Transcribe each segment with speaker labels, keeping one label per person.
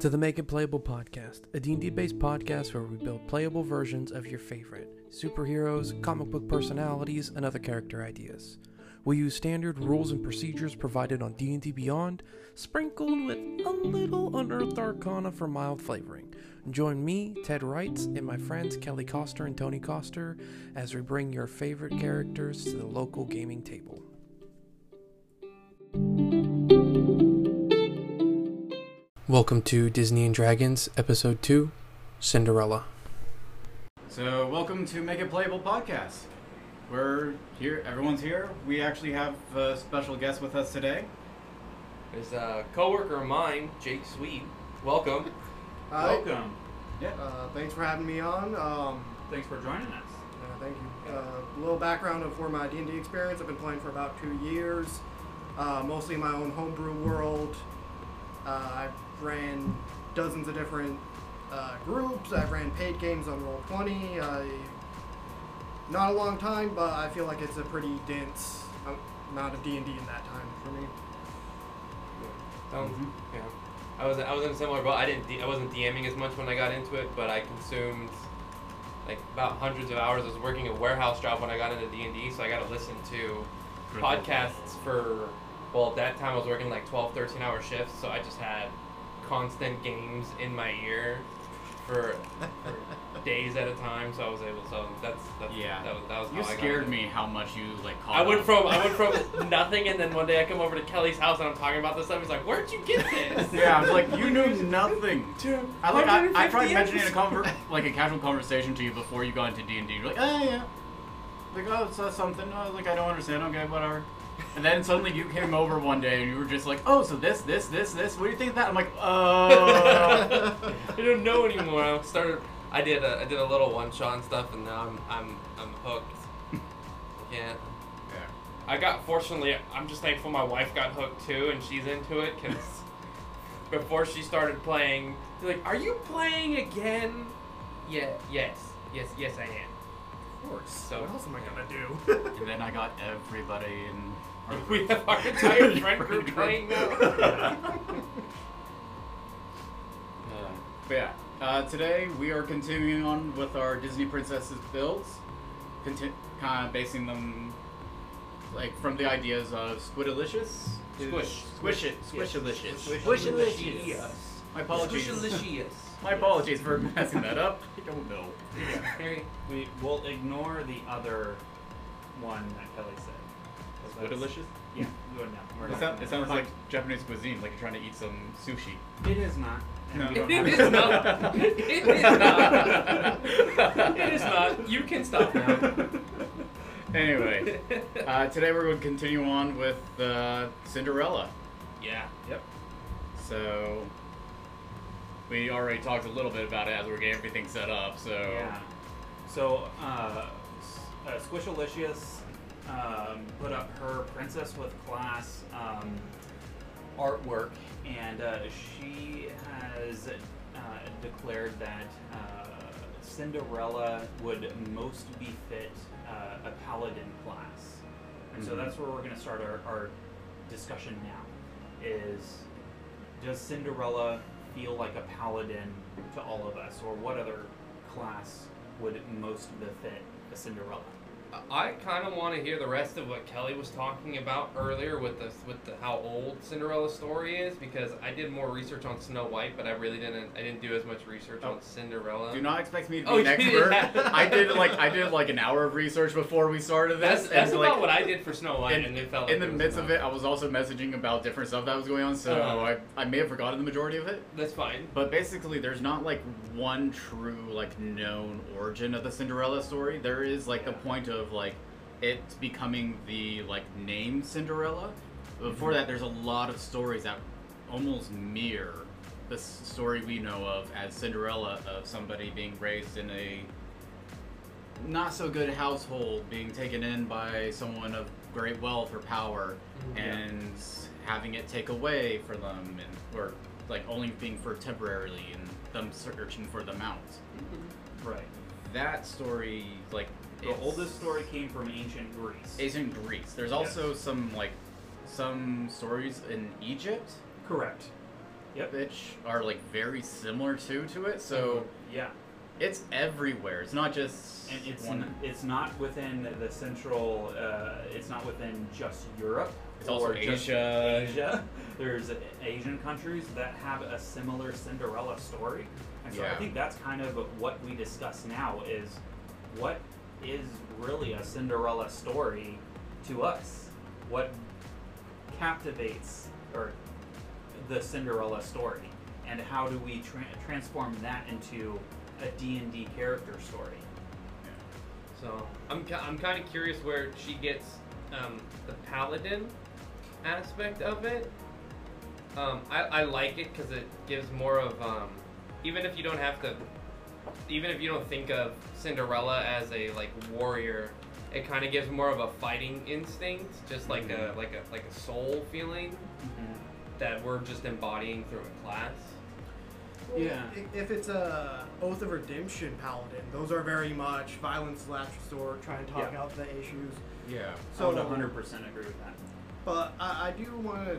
Speaker 1: to the Make It Playable podcast, a D&D based podcast where we build playable versions of your favorite superheroes, comic book personalities, and other character ideas. We use standard rules and procedures provided on D&D Beyond, sprinkled with a little unearthed arcana for mild flavoring. Join me, Ted Wrights, and my friends Kelly Coster and Tony Coster as we bring your favorite characters to the local gaming table. Welcome to Disney and Dragons, Episode 2 Cinderella.
Speaker 2: So, welcome to Make It Playable podcast. We're here, everyone's here. We actually have a special guest with us today.
Speaker 3: There's a coworker of mine, Jake Sweet. Welcome.
Speaker 4: Hi.
Speaker 2: Welcome. Yeah.
Speaker 4: Uh, thanks for having me on. Um,
Speaker 2: Thanks for joining us.
Speaker 4: uh, thank you. Uh, little background of where my D&D experience. I've been playing for about two years, uh, mostly in my own homebrew world. Uh, I ran dozens of different uh, groups. I ran paid games on Roll20. I, not a long time, but I feel like it's a pretty dense um, amount of D&D in that time for me.
Speaker 3: Sounds, yeah. I was I was in a similar boat. I didn't D- I wasn't DMing as much when I got into it, but I consumed like about hundreds of hours. I was working a warehouse job when I got into D and D, so I got to listen to podcasts for well at that time I was working like 12, 13 hour shifts, so I just had constant games in my ear for, for days at a time. So I was able. So that's, that's
Speaker 2: Yeah.
Speaker 3: That was that was
Speaker 2: You
Speaker 3: how I got
Speaker 2: scared
Speaker 3: into it.
Speaker 2: me how much you like called.
Speaker 3: I went from I went from nothing, and then one day I come over to Kelly's house and I'm talking about this stuff. He's like, "Where'd you get this?"
Speaker 2: Yeah, I'm like you knew nothing.
Speaker 3: Dude,
Speaker 2: I like I, I tried mentioning
Speaker 3: 150
Speaker 2: in a
Speaker 3: episodes.
Speaker 2: conver- like a casual conversation to you before you got into D and D. You're like, oh yeah, like oh it's uh, something. I was like I don't understand. Okay, whatever. And then suddenly you came over one day and you were just like, oh so this this this this. What do you think of that? I'm like, oh.
Speaker 3: I don't know anymore. I started. I did a, I did a little one shot and stuff, and now I'm I'm I'm hooked. Yeah.
Speaker 2: Yeah.
Speaker 3: I got fortunately. I'm just thankful my wife got hooked too, and she's into it because before she started playing, she's like, "Are you playing again?" Yeah. Yes. Yes. Yes, I am.
Speaker 4: Of course.
Speaker 3: So-
Speaker 4: what else am I going to do?
Speaker 2: And then I got everybody in. our
Speaker 3: We
Speaker 2: group.
Speaker 3: have our entire friend group playing now.
Speaker 2: But yeah, uh, today we are continuing on with our Disney princesses builds, conti- kind of basing them like from the ideas of Squidilicious,
Speaker 3: Squish.
Speaker 2: Squish it,
Speaker 3: Yes.
Speaker 2: Squishilicious,
Speaker 3: Squishilicious.
Speaker 2: My apologies.
Speaker 3: Squishilicious.
Speaker 2: My apologies for messing that up. I don't know.
Speaker 3: Harry,
Speaker 5: We will ignore the other one that Kelly said. 'Cause that's-
Speaker 2: Squidilicious.
Speaker 5: Yeah, we would not. We're
Speaker 2: It,
Speaker 5: not
Speaker 2: sound,
Speaker 5: gonna-
Speaker 2: it sounds like Japanese cuisine, like you're trying to eat some sushi.
Speaker 5: It is not. and
Speaker 2: No.
Speaker 5: we don't
Speaker 3: It
Speaker 5: have-
Speaker 3: is not. It is not. It is not. You can stop now.
Speaker 2: anyway, uh, today we're going to continue on with uh, Cinderella.
Speaker 3: yeah.
Speaker 5: Yep.
Speaker 2: So we already talked a little bit about it as we we're getting everything set up. So
Speaker 5: Yeah. So, uh, s- uh, Squishalicious um, put up her Princess with Class um, artwork, and uh, she has uh, declared that uh, Cinderella would most befit uh, a paladin class. And so
Speaker 2: Mhm.
Speaker 5: that's where we're going to start our, our discussion now is does Cinderella feel like a paladin to all of us, or what other class would most befit a Cinderella?
Speaker 3: I kind of want to hear the rest of what Kelly was talking about earlier with the with the how old Cinderella story is because I did more research on Snow White, but I really didn't. I didn't do as much research on Cinderella.
Speaker 2: Oh. do not expect me to be
Speaker 3: Oh,
Speaker 2: an
Speaker 3: yeah.
Speaker 2: expert. I did like I did like an hour of research before we started this.
Speaker 3: that's that's
Speaker 2: and,
Speaker 3: about
Speaker 2: like,
Speaker 3: what I did for Snow White,
Speaker 2: in-
Speaker 3: and it felt like
Speaker 2: in the
Speaker 3: was
Speaker 2: midst of
Speaker 3: enough.
Speaker 2: it, I was also messaging about different stuff that was going on, so
Speaker 3: Uh-huh.
Speaker 2: I, I may have forgotten the majority of it.
Speaker 3: That's fine.
Speaker 2: But basically, there's not like one true like known origin of the Cinderella story. There is like the
Speaker 5: Yeah.
Speaker 2: point of like it becoming the like name Cinderella. But Before that, there's a lot of stories that almost mirror the s- story we know of as Cinderella of somebody being raised in a not so good household, being taken in by someone of great wealth or power,
Speaker 3: Mhm.
Speaker 2: and having it take away for them, and or like only being for temporarily, and them searching for the mount.
Speaker 5: Right.
Speaker 2: That story, like
Speaker 5: The
Speaker 2: it's
Speaker 5: oldest story came from ancient Greece.
Speaker 2: is in Greece. There's also some like some stories in Egypt
Speaker 5: Correct. Yep.
Speaker 2: which are like very similar to to it. So
Speaker 5: Yeah.
Speaker 2: it's everywhere. It's not just
Speaker 5: And it's
Speaker 2: one.
Speaker 5: it's not within the central. Uh, it's not within just Europe.
Speaker 2: It's also
Speaker 5: or just
Speaker 2: Asia.
Speaker 5: Asia. There's Asian countries that have a similar Cinderella story, and so I
Speaker 2: Yeah.
Speaker 5: think that's kind of what we discuss now is what is really a Cinderella story to us. What captivates or the Cinderella story, and how do we tra- transform that into a D&D character story?
Speaker 3: So I'm, ki- I'm kind of curious where she gets um, the paladin aspect of it. Um, I, I like it because it gives more of um, even if you don't have to, even if you don't think of Cinderella as a like warrior, it kind of gives more of a fighting instinct, just like a like a like a soul feeling that we're just embodying through a class.
Speaker 4: Well,
Speaker 5: Yeah.
Speaker 4: i- If it's a Oath of Redemption paladin, those are very much violence slash sword, try and talk
Speaker 5: Yeah.
Speaker 4: out the issues.
Speaker 2: Yeah.
Speaker 5: I
Speaker 4: So,
Speaker 5: would 100% agree with that.
Speaker 4: but I, I do want to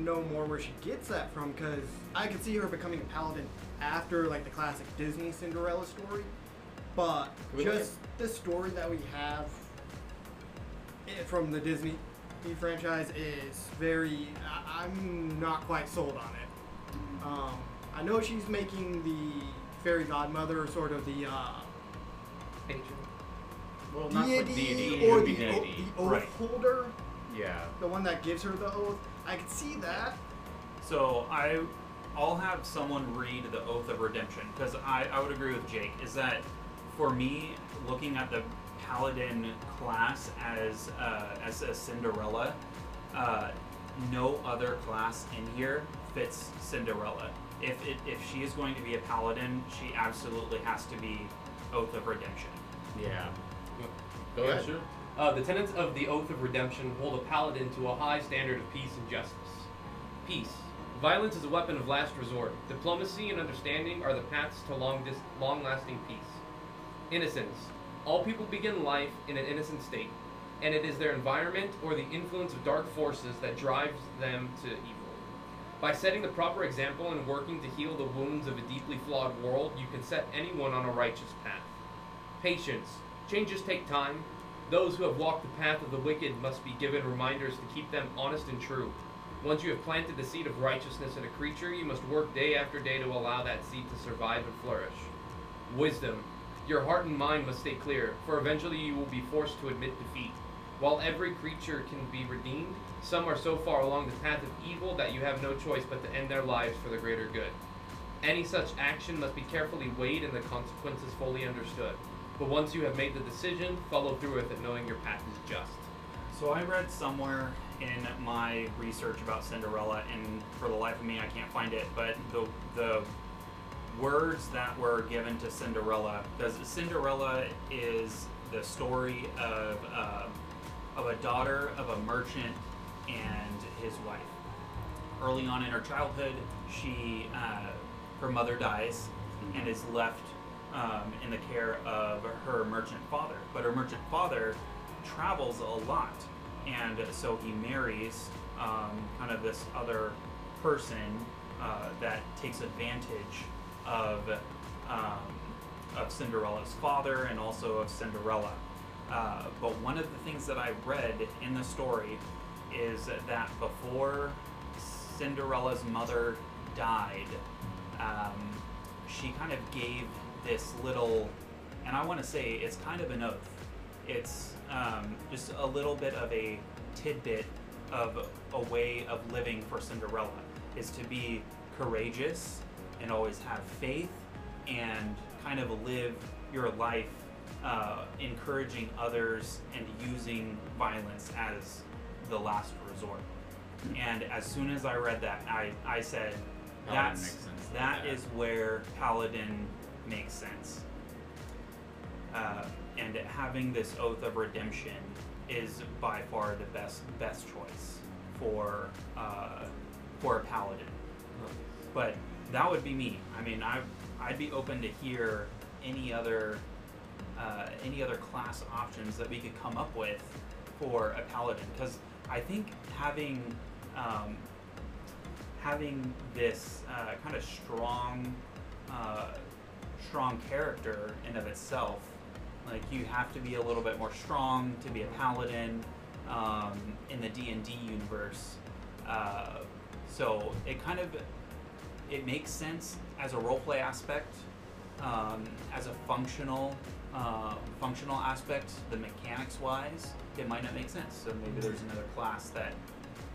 Speaker 4: know more where she gets that from because I could see her becoming a paladin after like the classic Disney Cinderella story. But
Speaker 3: Can we look
Speaker 4: just the story that we have i- from the Disney franchise is very. I, I'm not quite sold on it. Um, I know she's making the fairy godmother sort of the uh,
Speaker 3: Patron.
Speaker 2: Well, not
Speaker 4: deity,
Speaker 2: with deity.
Speaker 4: or
Speaker 2: it would be
Speaker 4: the, o-
Speaker 2: deity.
Speaker 4: the oath
Speaker 5: Right.
Speaker 4: holder,
Speaker 2: Yeah.
Speaker 4: the one that gives her the oath. I could see that.
Speaker 5: So I, I'll have someone read the Oath of Redemption because I, I would agree with Jake. Is that for me looking at the paladin class as uh, as a Cinderella? Uh, no other class in here fits Cinderella. If it, if she is going to be a paladin, she absolutely has to be Oath of Redemption.
Speaker 2: Yeah. Go
Speaker 4: Yeah,
Speaker 2: ahead.
Speaker 4: sure.
Speaker 3: Uh, the tenets of the Oath of Redemption hold a paladin to a high standard of peace and justice. Peace. Violence is a weapon of last resort. Diplomacy and understanding are the paths to long dis- long-lasting peace. Innocence. All people begin life in an innocent state, and it is their environment or the influence of dark forces that drives them to evil. By setting the proper example and working to heal the wounds of a deeply flawed world, you can set anyone on a righteous path. Patience. Changes take time. Those who have walked the path of the wicked must be given reminders to keep them honest and true. Once you have planted the seed of righteousness in a creature, you must work day after day to allow that seed to survive and flourish. Wisdom. Your heart and mind must stay clear, for eventually you will be forced to admit defeat. While every creature can be redeemed, some are so far along the path of evil that you have no choice but to end their lives for the greater good. Any such action must be carefully weighed and the consequences fully understood. But once you have made the decision, follow through with it knowing your path is just.
Speaker 5: So I read somewhere in my research about Cinderella, and for the life of me, I can't find it. But the the words that were given to Cinderella, because Cinderella is the story of uh, of a daughter of a merchant and his wife. Early on in her childhood, she uh, her mother dies and is left um, in the care of her merchant father. But her merchant father travels a lot, and so he marries um, kind of this other person uh, that takes advantage of um, of Cinderella's father and also of Cinderella. Uh, but one of the things that I read in the story is that before Cinderella's mother died, um, she kind of gave this little, and I want to say it's kind of an oath. It's um, just a little bit of a tidbit of a way of living for Cinderella is to be courageous and always have faith and kind of live your life uh, encouraging others and using violence as the last resort. And as soon as I read that, I, I said,
Speaker 2: Paladin
Speaker 5: that's,
Speaker 2: makes sense.
Speaker 5: that
Speaker 2: Yeah.
Speaker 5: is where Paladin makes sense. Uh, and having this oath of redemption is by far the best best choice for uh, for a paladin. But that would be me. I mean, I I'd be open to hear any other uh, any other class options that we could come up with for a paladin because I think having um, having this uh, kind of strong, uh, strong character in of itself. Like you have to be a little bit more strong to be a paladin um, in the D and D universe. Uh, so it kind of it makes sense as a roleplay aspect, um, as a functional uh, functional aspect. The mechanics wise, it might not make sense. So maybe there's another class that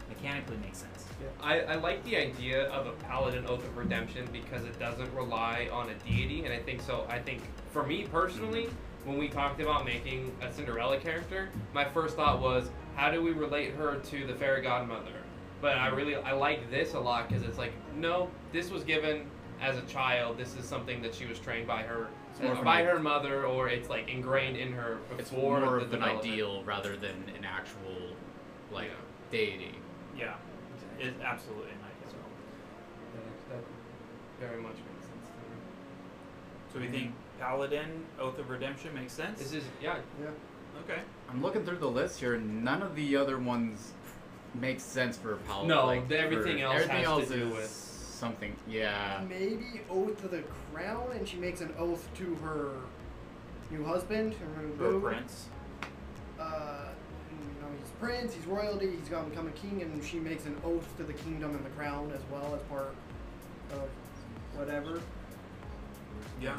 Speaker 5: mechanically makes sense.
Speaker 3: I, I like the idea of a paladin oath of redemption because it doesn't rely on a deity, and I think so. I think for me personally,
Speaker 2: Mm-hmm.
Speaker 3: when we talked about making a Cinderella character, my first thought was, how do we relate her to the fairy godmother? But
Speaker 2: Mm-hmm.
Speaker 3: I really I like this a lot because it's like, no, this was given as a child. This is something that she was trained by her
Speaker 2: more of an
Speaker 3: by
Speaker 2: i-
Speaker 3: her mother, or it's like ingrained in her before
Speaker 2: It's more
Speaker 3: the
Speaker 2: of an
Speaker 3: development.
Speaker 2: ideal rather than an actual, like,
Speaker 3: Yeah.
Speaker 2: deity.
Speaker 5: Yeah, it absolutely might as well.
Speaker 3: That, that very much makes sense to me.
Speaker 5: So we think Paladin, Oath of Redemption makes sense.
Speaker 3: This is yeah.
Speaker 4: Yeah.
Speaker 5: okay?
Speaker 2: I'm looking through the list here. and None of the other ones make sense for Paladin.
Speaker 3: No,
Speaker 2: like,
Speaker 3: the- everything
Speaker 2: for-
Speaker 3: else
Speaker 2: everything
Speaker 3: has to
Speaker 2: else
Speaker 3: do
Speaker 2: is
Speaker 3: with-
Speaker 2: something. Yeah.
Speaker 5: Mm,
Speaker 4: Maybe oath to the crown, and she makes an oath to her new husband, her new
Speaker 5: For a
Speaker 4: boo.
Speaker 5: Prince.
Speaker 4: Uh, you know, he's prince, he's royalty, he's gonna become a king, and she makes an oath to the kingdom and the crown as well as part of whatever.
Speaker 5: Yeah.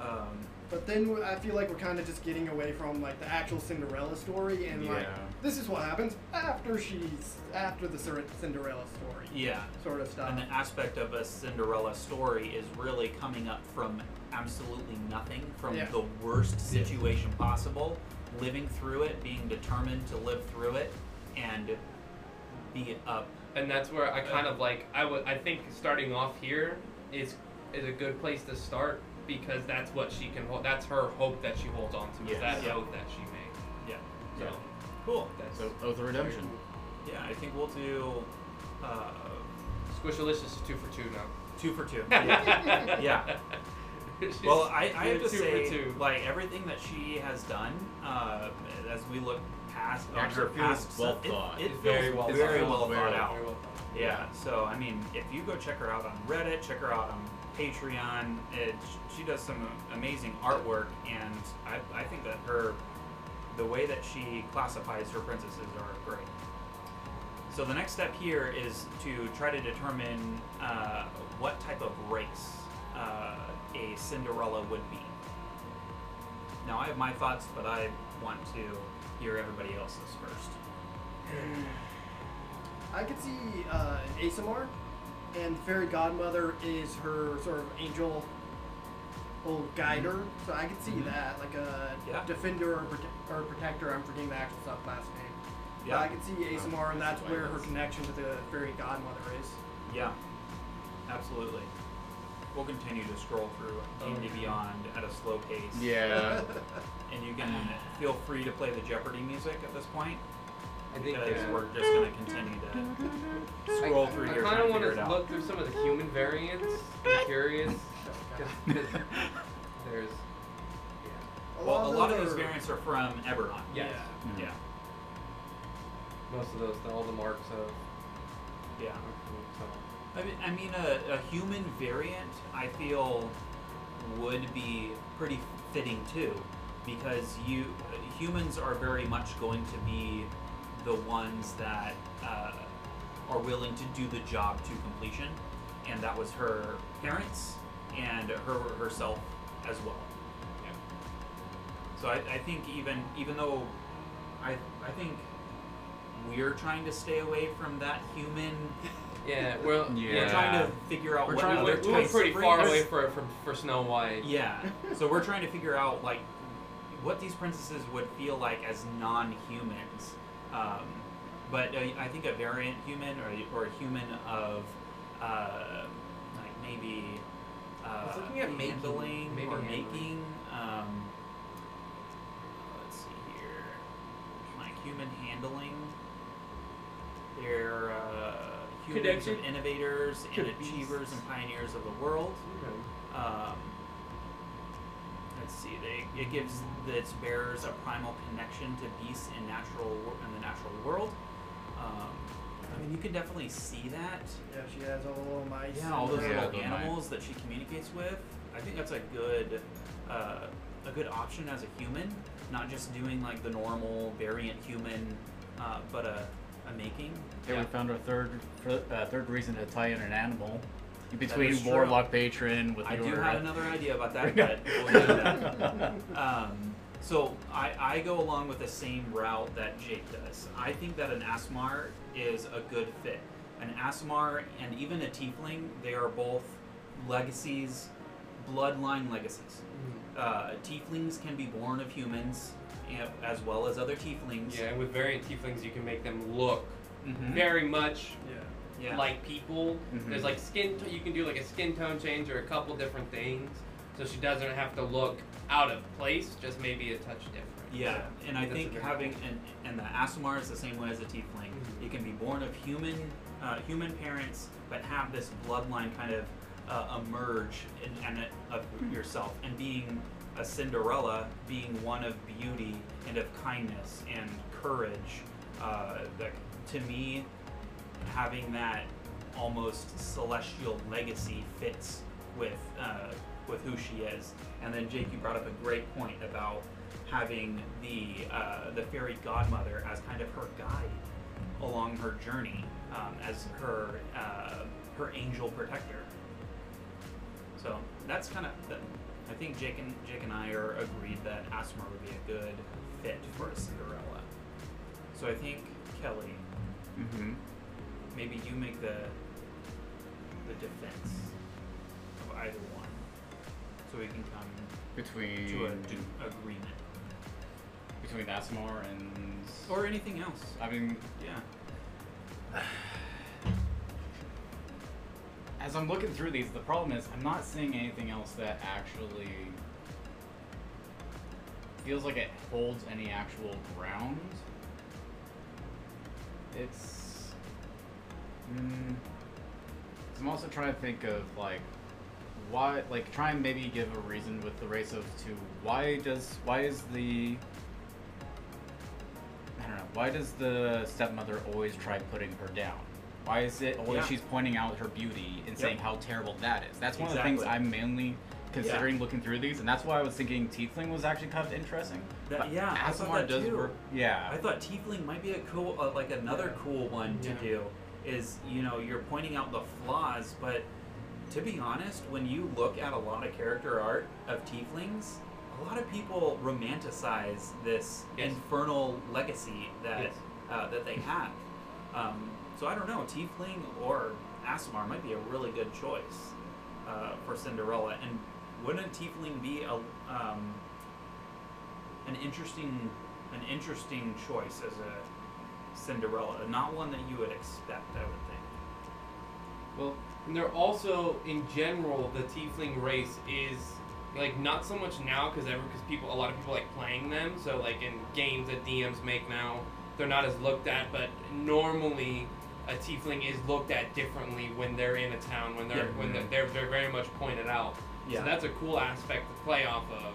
Speaker 5: Um,
Speaker 4: But then I feel like we're kind of just getting away from like the actual Cinderella story, and like
Speaker 2: Yeah.
Speaker 4: this is what happens after she's after the Cir- Cinderella story,
Speaker 5: yeah.
Speaker 4: sort of stuff.
Speaker 5: An aspect of a Cinderella story is really coming up from absolutely nothing, from
Speaker 4: Yeah.
Speaker 5: the worst situation possible, living through it, being determined to live through it, and be up.
Speaker 3: and that's where I kind of like I would I think starting off here is is a good place to start because that's what she can hold. That's her hope that she holds on to. is
Speaker 2: Yes.
Speaker 3: That
Speaker 5: Yeah.
Speaker 3: hope that she made.
Speaker 5: Yeah.
Speaker 3: So
Speaker 2: Yeah.
Speaker 5: Cool.
Speaker 3: that's
Speaker 2: So, Oath of Redemption.
Speaker 5: Yeah, I think we'll do uh,
Speaker 3: Squishalicious is two for two now.
Speaker 5: two for two.
Speaker 3: Yeah.
Speaker 5: yeah.
Speaker 3: She's
Speaker 5: Well, I, I
Speaker 3: doing
Speaker 5: have to
Speaker 3: two
Speaker 5: say,
Speaker 3: for two.
Speaker 5: like everything that she has done, uh, as we look past on
Speaker 2: Actually,
Speaker 5: her
Speaker 2: it feels
Speaker 5: past,
Speaker 2: well
Speaker 5: stuff,
Speaker 2: thought.
Speaker 5: it, it
Speaker 3: It's
Speaker 5: feels
Speaker 3: very well
Speaker 5: very
Speaker 2: thought out.
Speaker 5: well
Speaker 2: Very
Speaker 5: thought
Speaker 2: well
Speaker 5: out.
Speaker 3: Very well done.
Speaker 5: Yeah. So I mean, if you go check her out on Reddit, check her out on Patreon, it, she does some amazing artwork, and I, I think that her, the way that she classifies her princesses are great. So the next step here is to try to determine uh, what type of race uh, a Cinderella would be. Now I have my thoughts, but I want to hear everybody else's first.
Speaker 4: I could see uh, Asimar, and fairy godmother is her sort of angel, old
Speaker 2: Mm-hmm.
Speaker 4: guider. So I could see that, like a
Speaker 5: Yeah.
Speaker 4: defender or, prote- or protector. I'm forgetting the actual stuff last name.
Speaker 5: Yeah.
Speaker 4: But I could see Asimar, and that's
Speaker 2: why
Speaker 4: where her
Speaker 2: that's-
Speaker 4: connection to the fairy godmother is.
Speaker 5: Yeah, absolutely. We'll continue to scroll through D&D Beyond at a slow pace.
Speaker 2: Yeah.
Speaker 5: And you can feel free to play the Jeopardy music at this point
Speaker 3: I think
Speaker 5: because
Speaker 3: uh,
Speaker 5: we're just going to continue to scroll
Speaker 3: I,
Speaker 5: through
Speaker 3: I
Speaker 5: here
Speaker 3: kind
Speaker 5: trying
Speaker 3: of
Speaker 5: to
Speaker 3: want
Speaker 5: figure it
Speaker 3: to
Speaker 5: out.
Speaker 3: look through some of the human variants. I'm curious. 'Cause There's.
Speaker 5: well, a lot of
Speaker 4: them
Speaker 5: these
Speaker 4: are-
Speaker 5: variants are from Eberron.
Speaker 3: Yeah. Yes.
Speaker 4: Yeah.
Speaker 5: Yeah.
Speaker 3: Most of those, all the marks of.
Speaker 5: Yeah. I mean, I mean a, a human variant, I feel, would be pretty fitting too, because you humans are very much going to be the ones that uh, are willing to do the job to completion, and that was her parents and her herself as well.
Speaker 3: Yeah.
Speaker 5: So I, I think even even though I I think we're trying to stay away from that human
Speaker 3: Yeah, well,
Speaker 2: Yeah.
Speaker 5: we're trying to figure out
Speaker 3: We're
Speaker 5: what
Speaker 3: trying,
Speaker 5: other
Speaker 3: we, we were
Speaker 5: types
Speaker 3: pretty
Speaker 5: of
Speaker 3: far
Speaker 5: breeds-
Speaker 3: away for, from for Snow White.
Speaker 5: Yeah. So we're trying to figure out like what these princesses would feel like as non-humans. Um, but uh, I think a variant human or, or a human of uh, like maybe uh,
Speaker 3: was looking at making-
Speaker 5: handling
Speaker 3: maybe
Speaker 5: or
Speaker 3: handling.
Speaker 5: making. Um, let's see here, like human handling. They're uh, humans
Speaker 3: Connection.
Speaker 5: and innovators and
Speaker 3: Could be-
Speaker 5: achievers and pioneers of the world.
Speaker 3: Okay.
Speaker 5: Um, let's see. They, it gives its bearers a primal connection to beasts in natural wor- in the natural world. Um, I mean, you can definitely see that.
Speaker 4: Yeah, she has all the mice.
Speaker 5: Yeah, all those
Speaker 4: and-
Speaker 2: Yeah.
Speaker 5: little
Speaker 2: Yeah.
Speaker 5: animals that she communicates with. I think that's a good, uh, a good option as a human, not just doing like the normal variant human, uh, but a, a making.
Speaker 2: Okay, we found our third uh, third reason to tie in an animal
Speaker 5: is
Speaker 2: between
Speaker 5: true.
Speaker 2: warlock patron with
Speaker 5: I
Speaker 2: your.
Speaker 5: do have another idea about that, but we'll get to that. Um, so I, I go along with the same route that Jake does. I think that an Asmar is a good fit. An Asmar and even a Tiefling, they are both legacies, bloodline legacies. Uh, tieflings can be born of humans a- as well as other Tieflings.
Speaker 3: Yeah, and with variant tieflings, you can make them look
Speaker 2: Mm-hmm.
Speaker 5: Mhm.
Speaker 3: very much
Speaker 4: Yeah.
Speaker 5: yeah. Mm-hmm.
Speaker 3: like people.
Speaker 2: Mhm.
Speaker 3: There's like skin. T- you can do like a skin tone change or a couple different things, so she doesn't have to look out of place. Just maybe a touch different.
Speaker 5: Yeah, and I
Speaker 3: That's a
Speaker 5: think
Speaker 3: good-
Speaker 5: having and and the Asomar is the same way as a Tiefling.
Speaker 3: Mhm.
Speaker 5: You can be born of human uh, human parents, but have this bloodline kind of uh, emerge in, and it- of yourself. And being a Cinderella, being one of beauty and of kindness and courage. Uh, that to me, having that almost celestial legacy fits with uh, with who she is. And then Jake, you brought up a great point about having the uh, the fairy godmother as kind of her guide along her journey, um, as her uh, her angel protector. So that's kind of. The, I think Jake and Jake and I are agreed that Asmar would be a good fit for a Cinderella. So I think Kelly,
Speaker 2: hmm
Speaker 5: maybe you make the the defense of either one, so we can come
Speaker 2: Between
Speaker 5: to a d- agreement
Speaker 2: between Asmar and
Speaker 5: or anything else.
Speaker 2: I mean,
Speaker 5: Yeah.
Speaker 2: as I'm looking through these, the problem is I'm not seeing anything else that actually feels like it holds any actual ground. It's. Mm, 'cause I'm also trying to think of like why, like try and maybe give a reason with the race of two. Why does why is the I don't know. Why does the stepmother always try putting her down? Why is it always
Speaker 5: Yeah.
Speaker 2: she's pointing out her beauty and saying
Speaker 5: Yep.
Speaker 2: how terrible that is? That's one of the things
Speaker 5: Exactly.
Speaker 2: I'm mainly considering looking through these, and that's why I was thinking Tiefling was actually kind of interesting.
Speaker 5: That-
Speaker 2: But
Speaker 5: yeah, I thought
Speaker 2: Asmar
Speaker 5: that
Speaker 2: does
Speaker 5: too.
Speaker 2: work.
Speaker 5: I
Speaker 2: Yeah.
Speaker 5: thought tiefling might be a cool, uh, like another cool one to
Speaker 3: Yeah.
Speaker 5: do. Is you know you're pointing out the flaws, but to be honest, when you look at a lot of character art of tieflings, a lot of people romanticize this
Speaker 3: Yes.
Speaker 5: infernal legacy that
Speaker 3: Yes.
Speaker 5: uh, that they have. Um, so I don't know, tiefling or Asmar might be a really good choice uh, for Cinderella. And wouldn't tiefling be a um, an interesting an interesting choice as a Cinderella, not one that you would expect, I would think.
Speaker 3: Well, and they're also in general the tiefling race is like not so much now because because people a lot of people like playing them. So like in games that DMs make now, they're not as looked at. But normally, a tiefling is looked at differently when they're in a town when they're
Speaker 5: Yeah.
Speaker 3: when they're, they're they're very much pointed out.
Speaker 5: Yeah.
Speaker 3: So that's a cool aspect to play off of,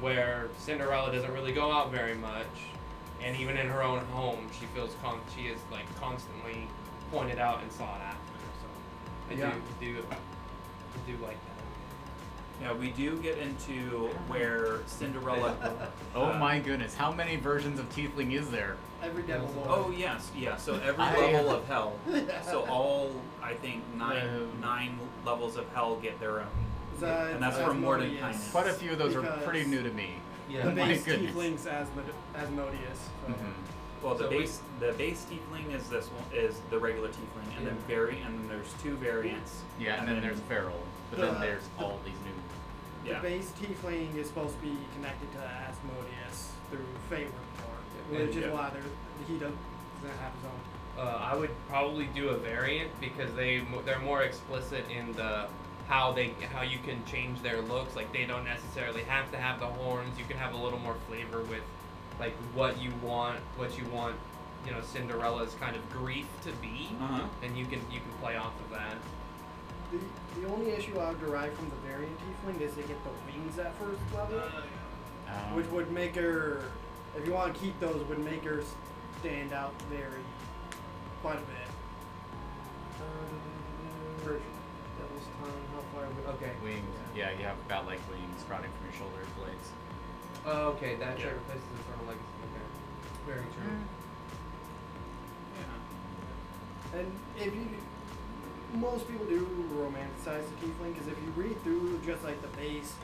Speaker 3: where Cinderella doesn't really go out very much, and even in her own home, she feels con- she is like constantly pointed out and sought after. So I
Speaker 4: Yeah.
Speaker 3: do do I do like that.
Speaker 5: Yeah, we do get into where Cinderella.
Speaker 2: Oh
Speaker 5: uh,
Speaker 2: my goodness, how many versions of Tiefling is there?
Speaker 4: Every devil lord.
Speaker 5: Oh yes, yeah. So every
Speaker 2: I-
Speaker 5: level of hell. So all I think nine
Speaker 2: Um,
Speaker 5: nine levels of hell get their own.
Speaker 4: Besides
Speaker 5: Oh, and that's from Morden
Speaker 4: Asmodeus.
Speaker 2: Quite a few of those are pretty
Speaker 4: Because
Speaker 2: new to me.
Speaker 4: The
Speaker 2: My
Speaker 4: base
Speaker 2: goodness.
Speaker 4: tiefling's Asmod- Asmodeus.
Speaker 5: Uh,
Speaker 4: So.
Speaker 5: Mm-hmm.
Speaker 2: Mhm.
Speaker 5: Well, the
Speaker 3: So we-
Speaker 5: base the base tiefling is this one is the regular tiefling, and then
Speaker 3: Yeah.
Speaker 5: very and then there's two variants.
Speaker 2: Yeah, and then there's Feral, but
Speaker 4: The-
Speaker 2: then there's all these new.
Speaker 5: yeah.
Speaker 4: The base tiefling is supposed to be connected to Asmodeus through Feywild
Speaker 3: Yeah,
Speaker 4: which
Speaker 5: yeah.
Speaker 4: is why there, he doesn't have his own.
Speaker 3: Uh, I would probably do a variant because they mo- they're more explicit in the how they how you can change their looks. Like they don't necessarily have to have the horns. You can have a little more flavor with like what you want what you want you know Cinderella's kind of grief to be,
Speaker 5: Uh huh.
Speaker 2: Uh-huh.
Speaker 3: and you can you can play off of that.
Speaker 4: The, the only issue I would derive from the variant tiefling is they get the wings at first level,
Speaker 2: Um,
Speaker 4: which would make her, if you want to keep those, would make her stand out very quite a bit. version. Devil's Time, Hellfire. Wi- Okay.
Speaker 2: Wings. Yeah, you have about like wings sprouting from your shoulder blades.
Speaker 3: Oh, okay, that
Speaker 2: Yeah.
Speaker 3: yeah. replaces the Eternal Legacy. Okay. Very true.
Speaker 4: And if you, most people do romanticize the tiefling because if you read through just like the base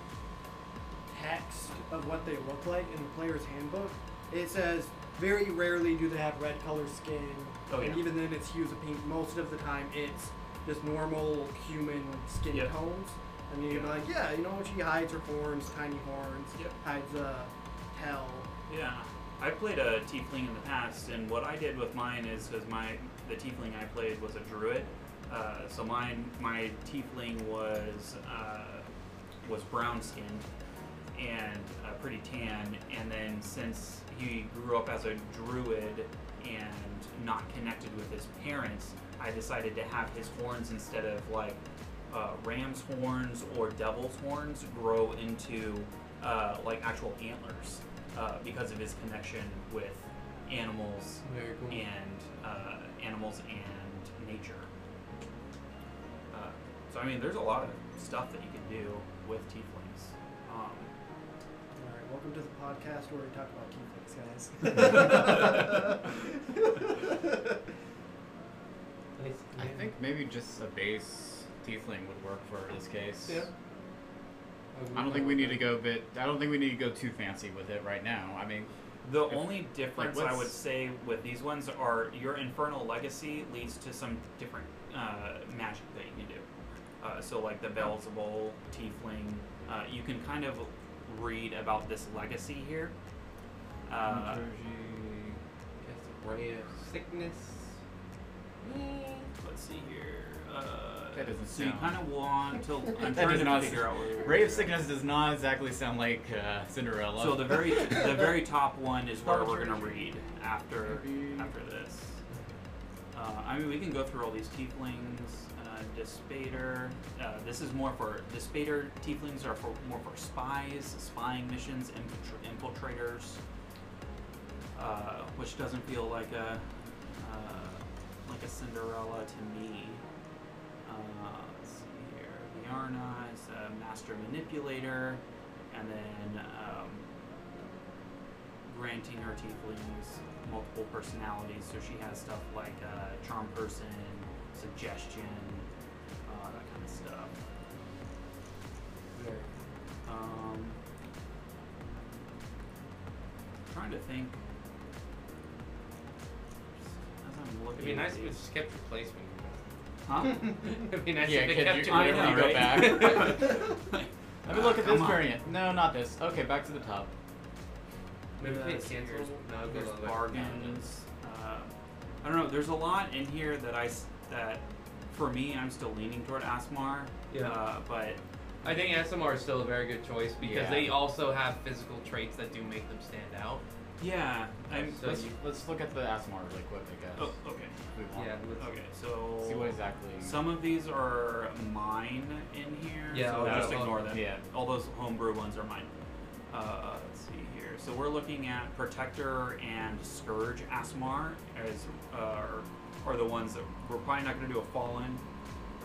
Speaker 4: text of what they look like in the player's handbook, it says very rarely do they have red color skin,
Speaker 5: Oh,
Speaker 4: and
Speaker 5: yeah.
Speaker 4: even then it's hues of pink. Most of the time it's just normal human skin
Speaker 5: Yeah.
Speaker 4: tones. And you're
Speaker 5: Yeah.
Speaker 4: like, yeah, you know, she hides her horns, tiny horns,
Speaker 5: Yep.
Speaker 4: hides uh, a tail.
Speaker 5: Yeah, I played a tiefling in the past, and what I did with mine is because my the tiefling I played was a druid, uh, so mine my tiefling was uh, was brown skinned and uh, pretty tan, and then since he grew up as a druid and not connected with his parents, I decided to have his horns instead of like uh, ram's horns or devil's horns grow into uh, like actual antlers uh, because of his connection with animals
Speaker 3: Very cool.
Speaker 5: and uh, animals and nature. Uh, so I mean, there's a lot of stuff that you can do with tieflings. Um,
Speaker 4: All right, welcome to the podcast where we talk about tieflings, guys.
Speaker 3: Nice.
Speaker 2: I think maybe just a base tiefling would work for this case.
Speaker 3: Yeah.
Speaker 2: I don't think we need to go bit. I don't think we need to go too fancy with it right now. I mean,
Speaker 5: the
Speaker 2: If-
Speaker 5: only difference I
Speaker 2: what's-
Speaker 5: would say with these ones are your infernal legacy leads to some different uh, magic that you can do. Uh, so like the Beelzebul tiefling, uh, you can kind of read about this legacy here.
Speaker 2: Mm-hmm.
Speaker 5: Uh,
Speaker 2: Druzy-
Speaker 3: Cast a ray of sickness.
Speaker 5: Let's see here. Uh,
Speaker 2: That doesn't
Speaker 5: so you
Speaker 2: sound-
Speaker 5: kind of want to.
Speaker 2: That
Speaker 5: I'm trying
Speaker 2: does
Speaker 5: to
Speaker 2: not
Speaker 5: figure out where we
Speaker 2: Ray
Speaker 5: were.
Speaker 2: of Sickness does not exactly sound like uh, Cinderella.
Speaker 5: So the very the very top one is where
Speaker 4: Not
Speaker 5: we're gonna
Speaker 4: sure.
Speaker 5: read after
Speaker 2: Maybe-
Speaker 5: after this. Uh, I mean, we can go through all these tieflings. Uh, Dispater. Uh, this is more for Dispater. Tieflings are for, more for spies, spying missions, infiltr- infiltrators, uh, which doesn't feel like a uh, like a Cinderella to me. Uh, let's see here. Liarna is a master manipulator, and then um, granting her tieflings multiple personalities. So she has stuff like uh, charm person, suggestion, uh, that kind of stuff.
Speaker 3: Very
Speaker 5: Um, trying to think. As I'm looking
Speaker 3: It'd be nice
Speaker 5: at
Speaker 3: if we
Speaker 5: these-
Speaker 3: just kept replacement.
Speaker 5: Huh?
Speaker 3: It'd be nice
Speaker 2: Yeah,
Speaker 3: if they
Speaker 2: kid,
Speaker 3: kept
Speaker 2: you-
Speaker 3: your
Speaker 2: whenever
Speaker 5: I
Speaker 2: you
Speaker 5: know,
Speaker 2: go back. Let
Speaker 5: right?
Speaker 2: me look
Speaker 5: Ah,
Speaker 2: at this
Speaker 5: come on.
Speaker 2: variant. No, not this. Okay, back to the top.
Speaker 3: Maybe
Speaker 5: Uh,
Speaker 3: play
Speaker 5: so
Speaker 3: cancel.
Speaker 5: there's-
Speaker 3: No, go
Speaker 5: there's
Speaker 3: the other way.
Speaker 5: bargains. Uh, I don't know. There's a lot in here that I s- that for me I'm still leaning toward Asmar.
Speaker 3: Yeah.
Speaker 5: Uh, but
Speaker 3: I think SMR is still a very good choice because
Speaker 2: Yeah.
Speaker 3: they also have physical traits that do make them stand out.
Speaker 5: yeah, I'm.
Speaker 3: So
Speaker 2: let's,
Speaker 3: you-
Speaker 2: let's look at the Asmar really quick, I guess.
Speaker 5: Oh, okay.
Speaker 2: if we want.
Speaker 5: Okay, so
Speaker 2: See what exactly.
Speaker 5: some of these are mine in here.
Speaker 3: Yeah, I'll
Speaker 5: So just
Speaker 2: just-
Speaker 5: ignore them.
Speaker 2: yeah.
Speaker 5: All those homebrew ones are mine. Uh, let's see here. So we're looking at Protector and Scourge Asmar as uh, are the ones that we're probably not going to do a Fallen.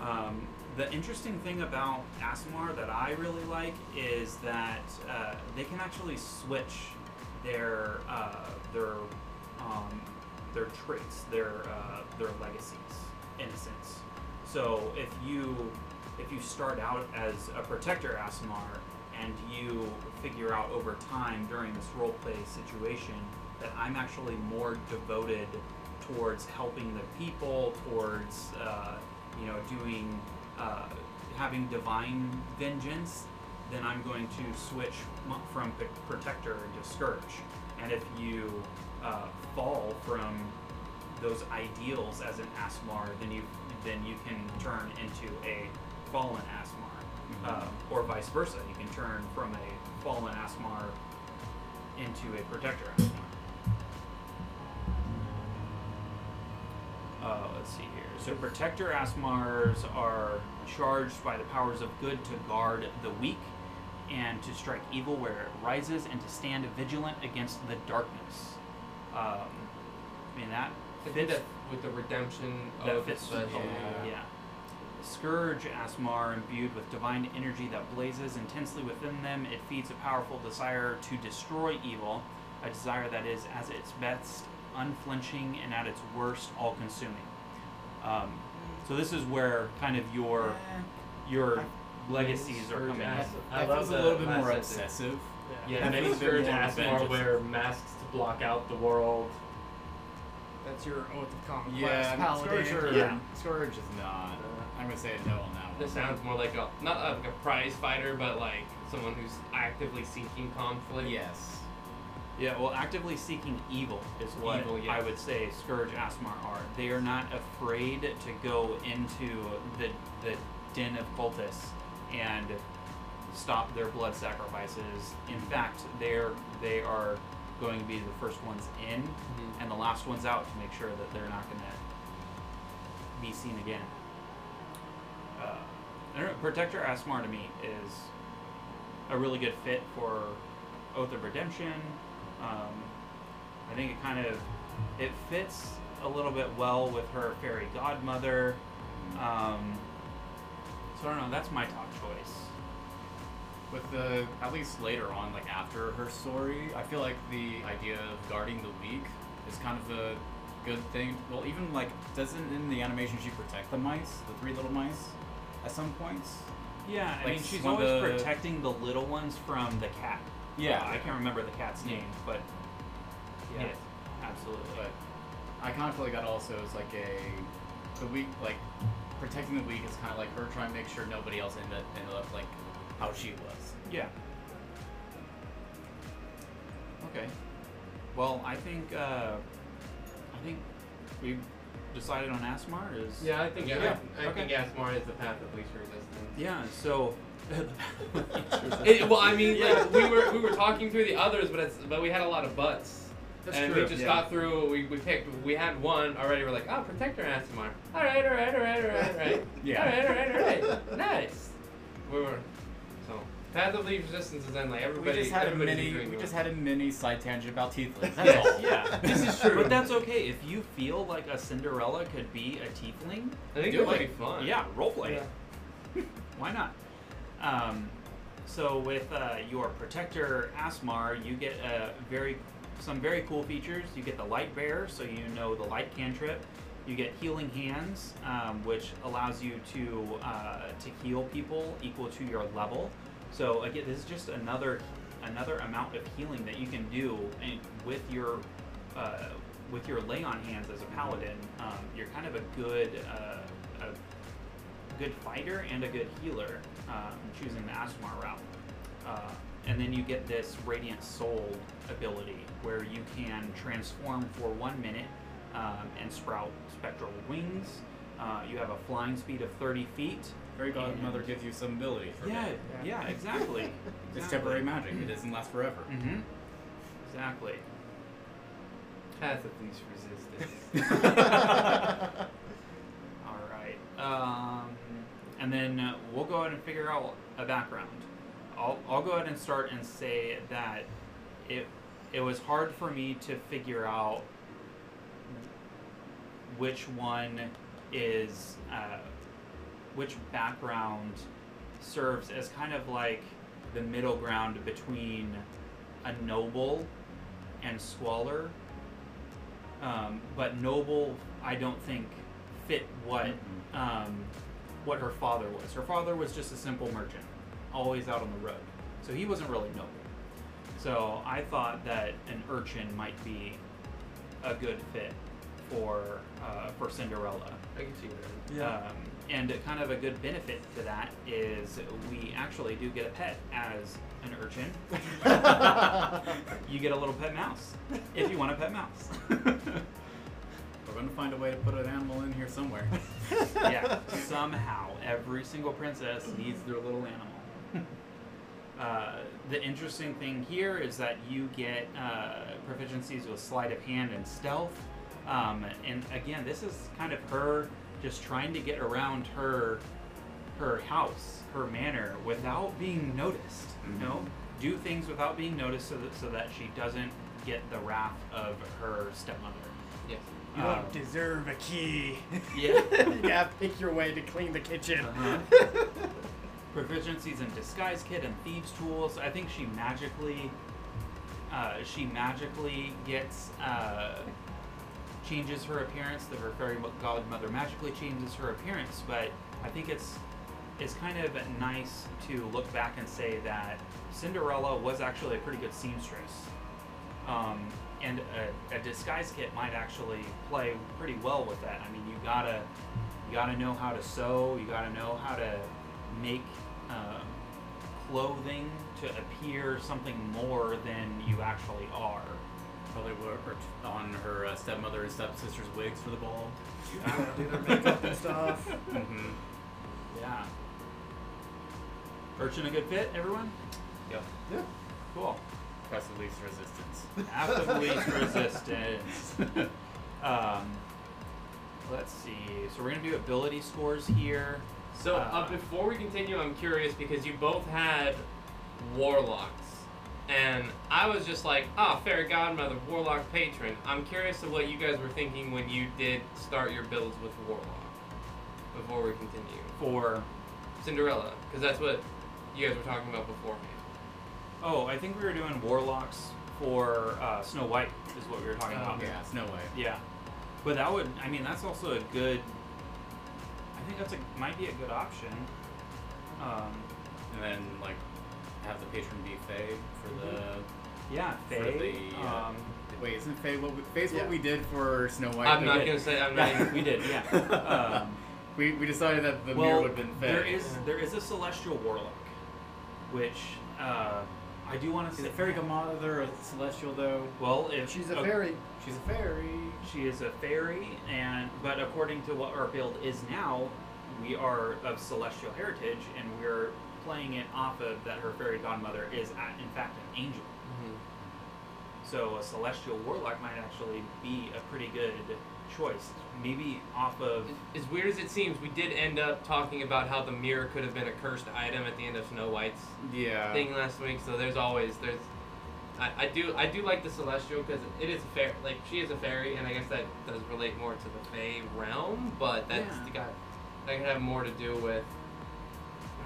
Speaker 5: Um, the interesting thing about Asmar that I really like is that uh, they can actually switch their uh, their um, their traits, their uh, their legacies, in a sense. So if you if you start out as a protector Asmar and you figure out over time during this roleplay situation that I'm actually more devoted towards helping the people, towards uh, you know doing uh, having divine vengeance, then I'm going to switch m- from p- protector to scourge. And if you uh, fall from those ideals as an Asmar, then you then you can turn into a fallen Asmar,
Speaker 2: Mhm.
Speaker 5: Um or vice versa. You can turn from a fallen Asmar into a protector Asmar. Uh, let's see here. So protector Asmars are charged by the powers of good to guard the weak and to strike evil where it rises and to stand vigilant against the darkness. Um, I mean that
Speaker 3: I
Speaker 5: fits
Speaker 3: think that with the redemption
Speaker 5: that
Speaker 3: of
Speaker 5: fits
Speaker 3: the
Speaker 5: with the
Speaker 2: yeah.
Speaker 5: yeah. scourge Asmar, imbued with divine energy that blazes intensely within them. It feeds a powerful desire to destroy evil, a desire that is, as its best, unflinching, and at its worst, all-consuming. Um, so this is where kind of your your legacies are coming. in.
Speaker 2: I
Speaker 3: I
Speaker 2: was
Speaker 3: love
Speaker 2: a little
Speaker 3: the
Speaker 2: bit more
Speaker 3: last sentence.
Speaker 2: obsessive.
Speaker 6: Yeah,
Speaker 2: And
Speaker 6: and
Speaker 2: then
Speaker 6: then
Speaker 2: he's been
Speaker 6: Scourge
Speaker 2: more
Speaker 6: Asmar
Speaker 2: vengeance.
Speaker 6: wear masks to block out the world.
Speaker 4: That's your oath of conquest.
Speaker 2: Yeah,
Speaker 4: Paladin.
Speaker 2: Scourge, or,
Speaker 5: Yeah.
Speaker 2: Scourge is not. I'm gonna say a no on that one.
Speaker 3: This sounds more like a not like a prize fighter, but like someone who's actively seeking conflict.
Speaker 2: Yes.
Speaker 5: Yeah, well, actively seeking evil is what
Speaker 3: Evil, yes.
Speaker 5: I would say Scourge Asmar are. They are not afraid to go into the the den of cultists and stop their blood sacrifices. In fact, they're they are going to be the first ones in
Speaker 3: Mhm.
Speaker 5: and the last ones out to make sure that they're not going to be seen again. Uh, I don't know, Protector Asmar to me is a really good fit for Oath of Redemption. Um, I think it kind of it fits a little bit well with her fairy godmother. Um, so I don't know. That's my top choice.
Speaker 2: With the at least later on, like after her story, I feel like the idea of guarding the weak is kind of a good thing. Well, even like doesn't in the animation she protect the mice, the three little mice, at some points?
Speaker 5: Yeah, I
Speaker 2: Like
Speaker 5: mean she's
Speaker 2: one of
Speaker 5: always
Speaker 2: the-
Speaker 5: protecting the little ones from the cat.
Speaker 2: Yeah.
Speaker 5: I can't remember the cat's name, but yeah,
Speaker 2: Yeah.
Speaker 5: absolutely.
Speaker 2: But I kind of feel like that also is like a the weak like protecting the weak is kind of like her trying to make sure nobody else ended up, ended up like how she was.
Speaker 5: Yeah. Okay. Well, I think uh, I think we decided on Asmar is
Speaker 3: Yeah, I think
Speaker 5: Yeah,
Speaker 3: I, I
Speaker 5: okay.
Speaker 3: think Asmar is the path of least resistance.
Speaker 5: yeah. So
Speaker 3: It, well, I mean, like, we were we were talking through the others, but it's but we had a lot of buts.
Speaker 2: That's
Speaker 3: and
Speaker 2: true,
Speaker 3: we just
Speaker 2: yeah.
Speaker 3: got through. We, we picked. We had one already. We're like, oh, protector Asmar. All right, all right, all right, all right, all right.
Speaker 2: Yeah.
Speaker 3: All right, all right, all right. nice. We were. So path of least resistance is then like
Speaker 2: We
Speaker 3: everybody.
Speaker 2: just had a
Speaker 3: everybody's
Speaker 2: mini.
Speaker 3: agreeing
Speaker 2: We
Speaker 3: with
Speaker 2: just
Speaker 3: it.
Speaker 2: had a mini side tangent about teethlings. That's
Speaker 5: Yes,
Speaker 2: all.
Speaker 5: yeah.
Speaker 2: this is true.
Speaker 5: But that's okay. If you feel like a Cinderella could be a tiefling,
Speaker 3: I think
Speaker 2: Do
Speaker 3: it would be
Speaker 2: it.
Speaker 3: fun.
Speaker 5: yeah, roleplay.
Speaker 3: Yeah.
Speaker 5: Why not? Um, so with uh, your protector Asmar, you get uh, very some very cool features. You get the light bearer, so you know the light cantrip. You get healing hands, um, which allows you to uh, to heal people equal to your level. So again, this is just another another amount of healing that you can do and with your uh, with your lay on hands as a paladin. Um, you're kind of a good uh, a good fighter and a good healer, um, choosing the Asmar route. Uh, and then you get this Radiant Soul ability where you can transform for one minute um, and sprout spectral wings. Uh, you have a flying speed of 30 feet.
Speaker 2: Fairy Godmother gives you some ability for
Speaker 5: Yeah,
Speaker 2: that.
Speaker 5: yeah, exactly.
Speaker 2: It's temporary magic. It doesn't last forever.
Speaker 5: Mm-hmm. Exactly.
Speaker 3: Path of least resistance.
Speaker 5: All right. Um, and then uh, we'll go ahead and figure out a background. I'll, I'll go ahead and start and say that it it was hard for me to figure out which one is uh, which background serves as kind of like the middle ground between a noble and squalor. Um, but noble, I don't think fit what um, what her father was. Her father was just a simple merchant, always out on the road, so he wasn't really noble. So I thought that an urchin might be a good fit for uh, for Cinderella.
Speaker 3: I can see that.
Speaker 5: Um, and kind of a good benefit to that is we actually do get a pet as an urchin. you get a little pet mouse if you want a pet mouse.
Speaker 2: We're gonna find a way to put an animal in here somewhere.
Speaker 5: yeah, somehow every single princess needs their little animal. Uh, the interesting thing here is that you get uh, proficiencies with sleight of hand and stealth. Um, and again, this is kind of her just trying to get around her her house, her manor, without being noticed. You know, do things without being noticed, so that so that she doesn't get the wrath of her stepmother.
Speaker 3: Yes.
Speaker 4: You
Speaker 5: Um,
Speaker 4: don't deserve a key.
Speaker 5: yeah.
Speaker 4: you gotta pick your way to clean the kitchen.
Speaker 5: Uh-huh. Proficiencies in disguise kit and thieves tools. I think she magically, uh, she magically gets uh, changes her appearance. That her fairy mo- godmother magically changes her appearance. But I think it's it's kind of nice to look back and say that Cinderella was actually a pretty good seamstress. Um, and a, a disguise kit might actually play pretty well with that. I mean, you gotta you gotta know how to sew. You gotta know how to make um, clothing to appear something more than you actually are.
Speaker 2: Probably were or t- on her uh, stepmother and stepsister's wigs for the ball.
Speaker 4: Yeah, do their makeup and stuff.
Speaker 2: Mm-hmm.
Speaker 5: Yeah. Urchin a good fit, everyone.
Speaker 3: Yep.
Speaker 4: Yeah.
Speaker 5: Cool.
Speaker 2: Press the least resistance.
Speaker 5: After the least resistance. Um, let's see. So we're gonna do ability scores here.
Speaker 3: So
Speaker 5: Uh,
Speaker 3: uh, before we continue, I'm curious because you both had warlocks, and I was just like, ah, fairy godmother, warlock patron. I'm curious of what you guys were thinking when you did start your builds with warlock. Before we continue,
Speaker 5: For
Speaker 3: Cinderella, because that's what you guys were talking about beforehand.
Speaker 5: oh, I think we were doing warlocks for uh, Snow White is what we were talking about.
Speaker 2: yeah, it's no way.
Speaker 5: Yeah, but that would I mean that's also a good. I think that's a might be a good option. Um,
Speaker 2: And then like have the patron be Faye for the.
Speaker 5: yeah,
Speaker 2: For
Speaker 5: Faye.
Speaker 2: the, uh,
Speaker 5: um,
Speaker 2: Wait, isn't Faye what we, Faye's
Speaker 4: Yeah.
Speaker 2: what we did for Snow White?
Speaker 3: I'm
Speaker 2: We
Speaker 3: not
Speaker 2: did.
Speaker 3: gonna say. I'm not. even-
Speaker 5: we did, yeah. Um,
Speaker 2: we, we decided that the mirror
Speaker 5: well,
Speaker 2: would have been Faye.
Speaker 5: there is there is a celestial warlock, which uh, I do want to
Speaker 2: Is
Speaker 5: say.
Speaker 2: it fairy godmother or celestial though?
Speaker 5: Well, if
Speaker 4: She's a
Speaker 5: okay,
Speaker 4: fairy.
Speaker 2: She's a fairy.
Speaker 5: She is a fairy, and but according to what our build is now, we are of celestial heritage, and we're playing it off of that her fairy godmother is at, in fact an angel.
Speaker 3: Mhm.
Speaker 5: So a celestial warlock might actually be a pretty good choice. Maybe off of
Speaker 3: As weird as it seems, we did end up talking about how the mirror could have been a cursed item at the end of Snow White's
Speaker 2: Yeah.
Speaker 3: thing last week. So there's always there's. I, I do I do like the celestial because it is a fair like she is a fairy and I guess that does relate more to the fae realm, but that's
Speaker 5: Yeah.
Speaker 3: got that could have more to do with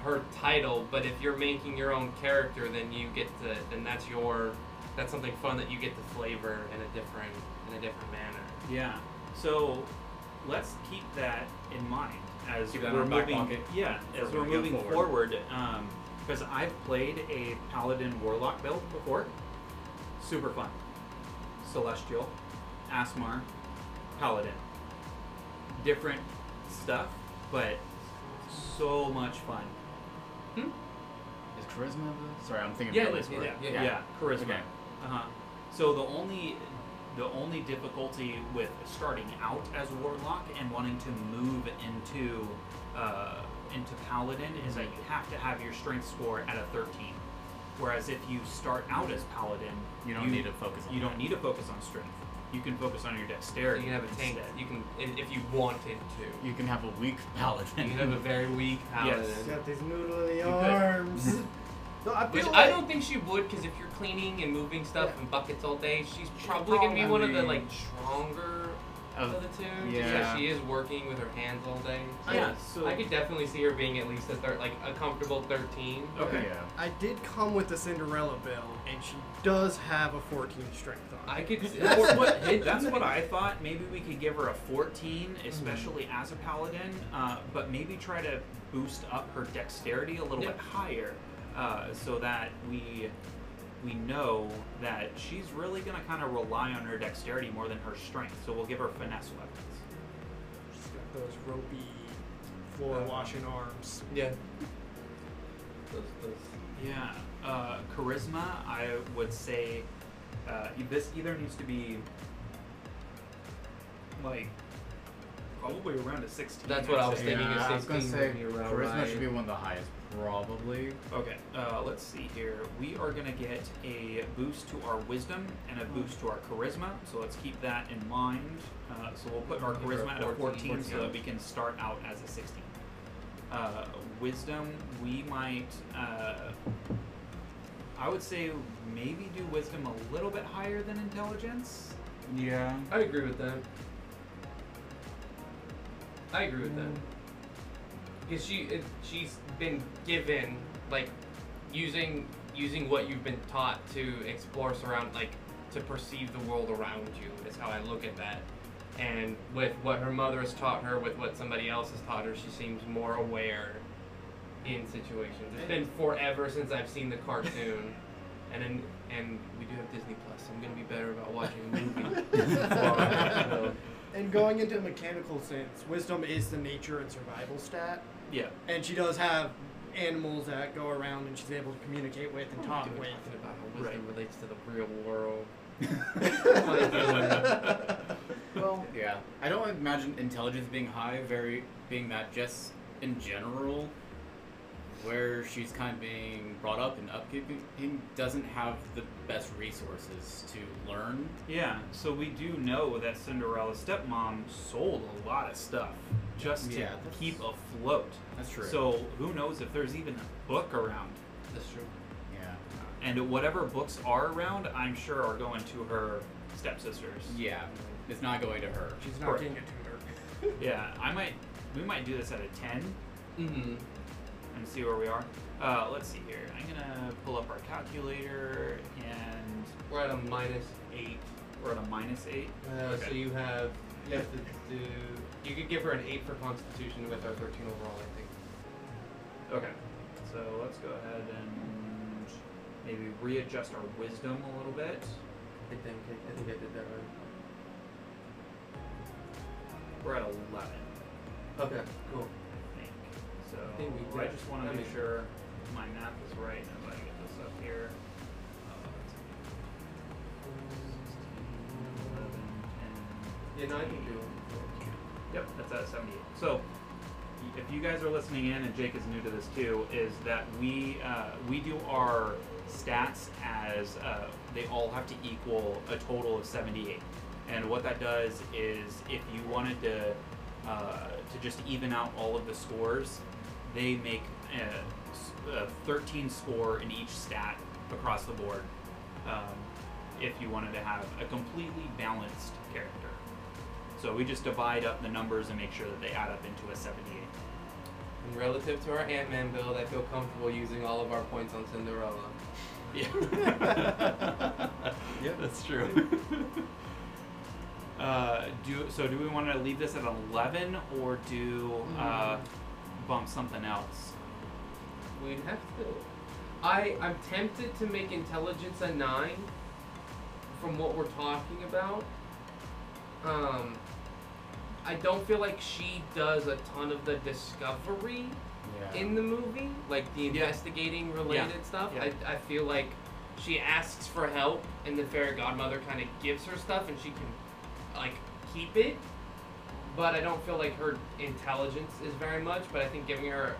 Speaker 3: her title. But if you're making your own character, then you get to then that's your that's something fun that you get to flavor in a different in a different manner.
Speaker 5: yeah. So let's keep that in mind as
Speaker 2: Keep that in
Speaker 5: we're
Speaker 2: our back
Speaker 5: moving.
Speaker 2: pocket
Speaker 5: yeah,
Speaker 2: for
Speaker 5: as
Speaker 2: when
Speaker 5: we're
Speaker 2: we go
Speaker 5: moving
Speaker 2: forward.
Speaker 5: forward. Because I've played a paladin warlock build before. Super fun. Celestial, Asmar, Paladin. Different stuff, but so much fun.
Speaker 2: Is charisma the? Sorry, I'm thinking
Speaker 5: Yeah,
Speaker 2: of
Speaker 5: it is,
Speaker 2: Billy's work.
Speaker 5: yeah, charisma.
Speaker 2: Okay.
Speaker 5: Uh huh. So the only the only difficulty with starting out as warlock and wanting to move into uh, into paladin is
Speaker 2: Mm-hmm.
Speaker 5: that you have to have your strength score at a thirteen. Whereas if you start out as paladin,
Speaker 2: You don't need to focus on
Speaker 5: you
Speaker 2: that.
Speaker 5: don't need to focus on strength. You can focus on your
Speaker 3: So you
Speaker 5: dexterity.
Speaker 3: can have a tank.
Speaker 5: instead.
Speaker 3: You can if if you wanted to.
Speaker 2: You can have a weak paladin.
Speaker 3: You can have a very weak paladin.
Speaker 5: Yes.
Speaker 4: Got these noodly
Speaker 2: could.
Speaker 4: arms. no, Mm-hmm. I
Speaker 3: Which
Speaker 4: feel
Speaker 3: I
Speaker 4: like-
Speaker 3: don't think she would, because if you're cleaning and moving stuff
Speaker 4: Yeah.
Speaker 3: in buckets all day, she's probably gonna be one of the
Speaker 2: probably-
Speaker 3: like stronger
Speaker 2: Of-
Speaker 3: of the two. just 'cause
Speaker 2: Oh, yeah.
Speaker 3: she is working with her hands all day. So
Speaker 5: Yeah, so-
Speaker 3: I could definitely see her being at least a thir- like a comfortable thirteen.
Speaker 5: Okay.
Speaker 2: Yeah.
Speaker 4: I did come with the Cinderella bill, and she does have a 14 strength on.
Speaker 3: I could.
Speaker 5: That's what, that's what I thought. Maybe we could give her a 14,
Speaker 3: Mm-hmm.
Speaker 5: especially as a paladin, uh, but maybe try to boost up her dexterity a little
Speaker 3: Yeah.
Speaker 5: bit higher, uh, so that we we know that she's really going to kind of rely on her dexterity more than her strength. So we'll give her finesse weapons.
Speaker 4: She's got those ropey floor washing arms.
Speaker 3: Yeah.
Speaker 5: Yeah, uh, charisma. I would say uh, this either needs to be like probably around a 16.
Speaker 3: That's what
Speaker 5: I'd
Speaker 3: I was
Speaker 5: say.
Speaker 3: thinking
Speaker 2: yeah,
Speaker 3: of
Speaker 2: I was gonna
Speaker 3: 16
Speaker 2: say
Speaker 3: would be around
Speaker 2: charisma
Speaker 3: right.
Speaker 2: should be one of the highest, probably.
Speaker 5: Okay, uh, let's see here. We are going to get a boost to our wisdom and a boost to our charisma, so let's keep that in mind. Uh, so we'll put our
Speaker 3: Give her a
Speaker 5: charisma at a 14,
Speaker 3: 14,
Speaker 5: so that we can start out as a 16. Uh, wisdom, we might. Uh, I would say maybe do wisdom a little bit higher than intelligence.
Speaker 6: Yeah.
Speaker 3: I agree with that. I agree with that. Because she it, she's been given like using using what you've been taught to explore surround like to perceive the world around you is how I look at that. And with what her mother has taught her, with what somebody else has taught her, she seems more aware in situations. It's been forever since I've seen the cartoon, and in, and we do have Disney Plus, so I'm gonna be better about watching a movie. So-
Speaker 4: And going into a mechanical sense, wisdom is the nature and survival stat.
Speaker 5: Yeah.
Speaker 4: And she does have animals that go around and she's able to communicate with and talk
Speaker 3: Oh, Dude,
Speaker 4: with.
Speaker 3: talking about how wisdom
Speaker 5: Right.
Speaker 3: relates to the real world.
Speaker 2: Well, yeah. I don't imagine intelligence being high, very being that just in general, where she's kind of being brought up and upkeeping doesn't have the best resources to learn.
Speaker 5: Yeah, so we do know that Cinderella's stepmom sold a lot of stuff just to
Speaker 2: Yeah, that's-
Speaker 5: keep afloat.
Speaker 2: That's true.
Speaker 5: So who knows if there's even a book around.
Speaker 3: That's true.
Speaker 2: yeah,
Speaker 5: And whatever books are around, I'm sure are going to her stepsisters.
Speaker 2: yeah, it's not going to her.
Speaker 4: She's not
Speaker 5: Correct.
Speaker 4: getting a tutor.
Speaker 5: Yeah, I might we might do this at a 10
Speaker 3: Mm-hmm.
Speaker 5: and see where we are. Uh, let's see here. I'm going to pull up our calculator and
Speaker 3: We're at a minus.
Speaker 5: 8 we're at a minus 8.
Speaker 3: Uh, So
Speaker 5: Okay.
Speaker 3: you have you have to do. You could give her an eight for Constitution with our thirteen overall, I think.
Speaker 5: Okay. So let's go ahead and maybe readjust our wisdom a little bit.
Speaker 3: I think I, think I did that right.
Speaker 5: We're at 11,
Speaker 3: Okay, cool.
Speaker 5: I think. So
Speaker 3: I think we
Speaker 5: I
Speaker 3: did.
Speaker 5: just want
Speaker 3: I
Speaker 5: to make
Speaker 3: mean-
Speaker 5: sure my math is right. If I get this up here. Uh, let's see,
Speaker 3: Mm, Yeah,
Speaker 5: 11, 10,
Speaker 3: no, I can
Speaker 5: 15.
Speaker 3: do it.
Speaker 5: Yep, that's at 78. So, if you guys are listening in, and Jake is new to this too, is that we uh, we do our stats as uh, they all have to equal a total of 78. And what that does is, if you wanted to uh, to just even out all of the scores, they make a, s- a 13 score in each stat across the board. Um, if you wanted to have a completely balanced character. So we just divide up the numbers and make sure that they add up into a 78.
Speaker 3: And relative to our Ant Man build, I feel comfortable using all of our points on Cinderella.
Speaker 5: Yeah.
Speaker 2: Yep.
Speaker 5: that's true. uh, do so. Do we want to leave this at 11 or do uh,
Speaker 3: Mm-hmm.
Speaker 5: bump something else?
Speaker 3: We'd have to. I I'm tempted to make intelligence a nine. From what we're talking about, um, I don't feel like she does a ton of the discovery
Speaker 2: Yeah.
Speaker 3: in the movie, like the
Speaker 5: Yeah.
Speaker 3: investigating related stuff.
Speaker 5: Yeah.
Speaker 3: I I feel like she asks for help, and the fairy godmother kind of gives her stuff, and she can like keep it. But I don't feel like her intelligence is very much. But I think giving her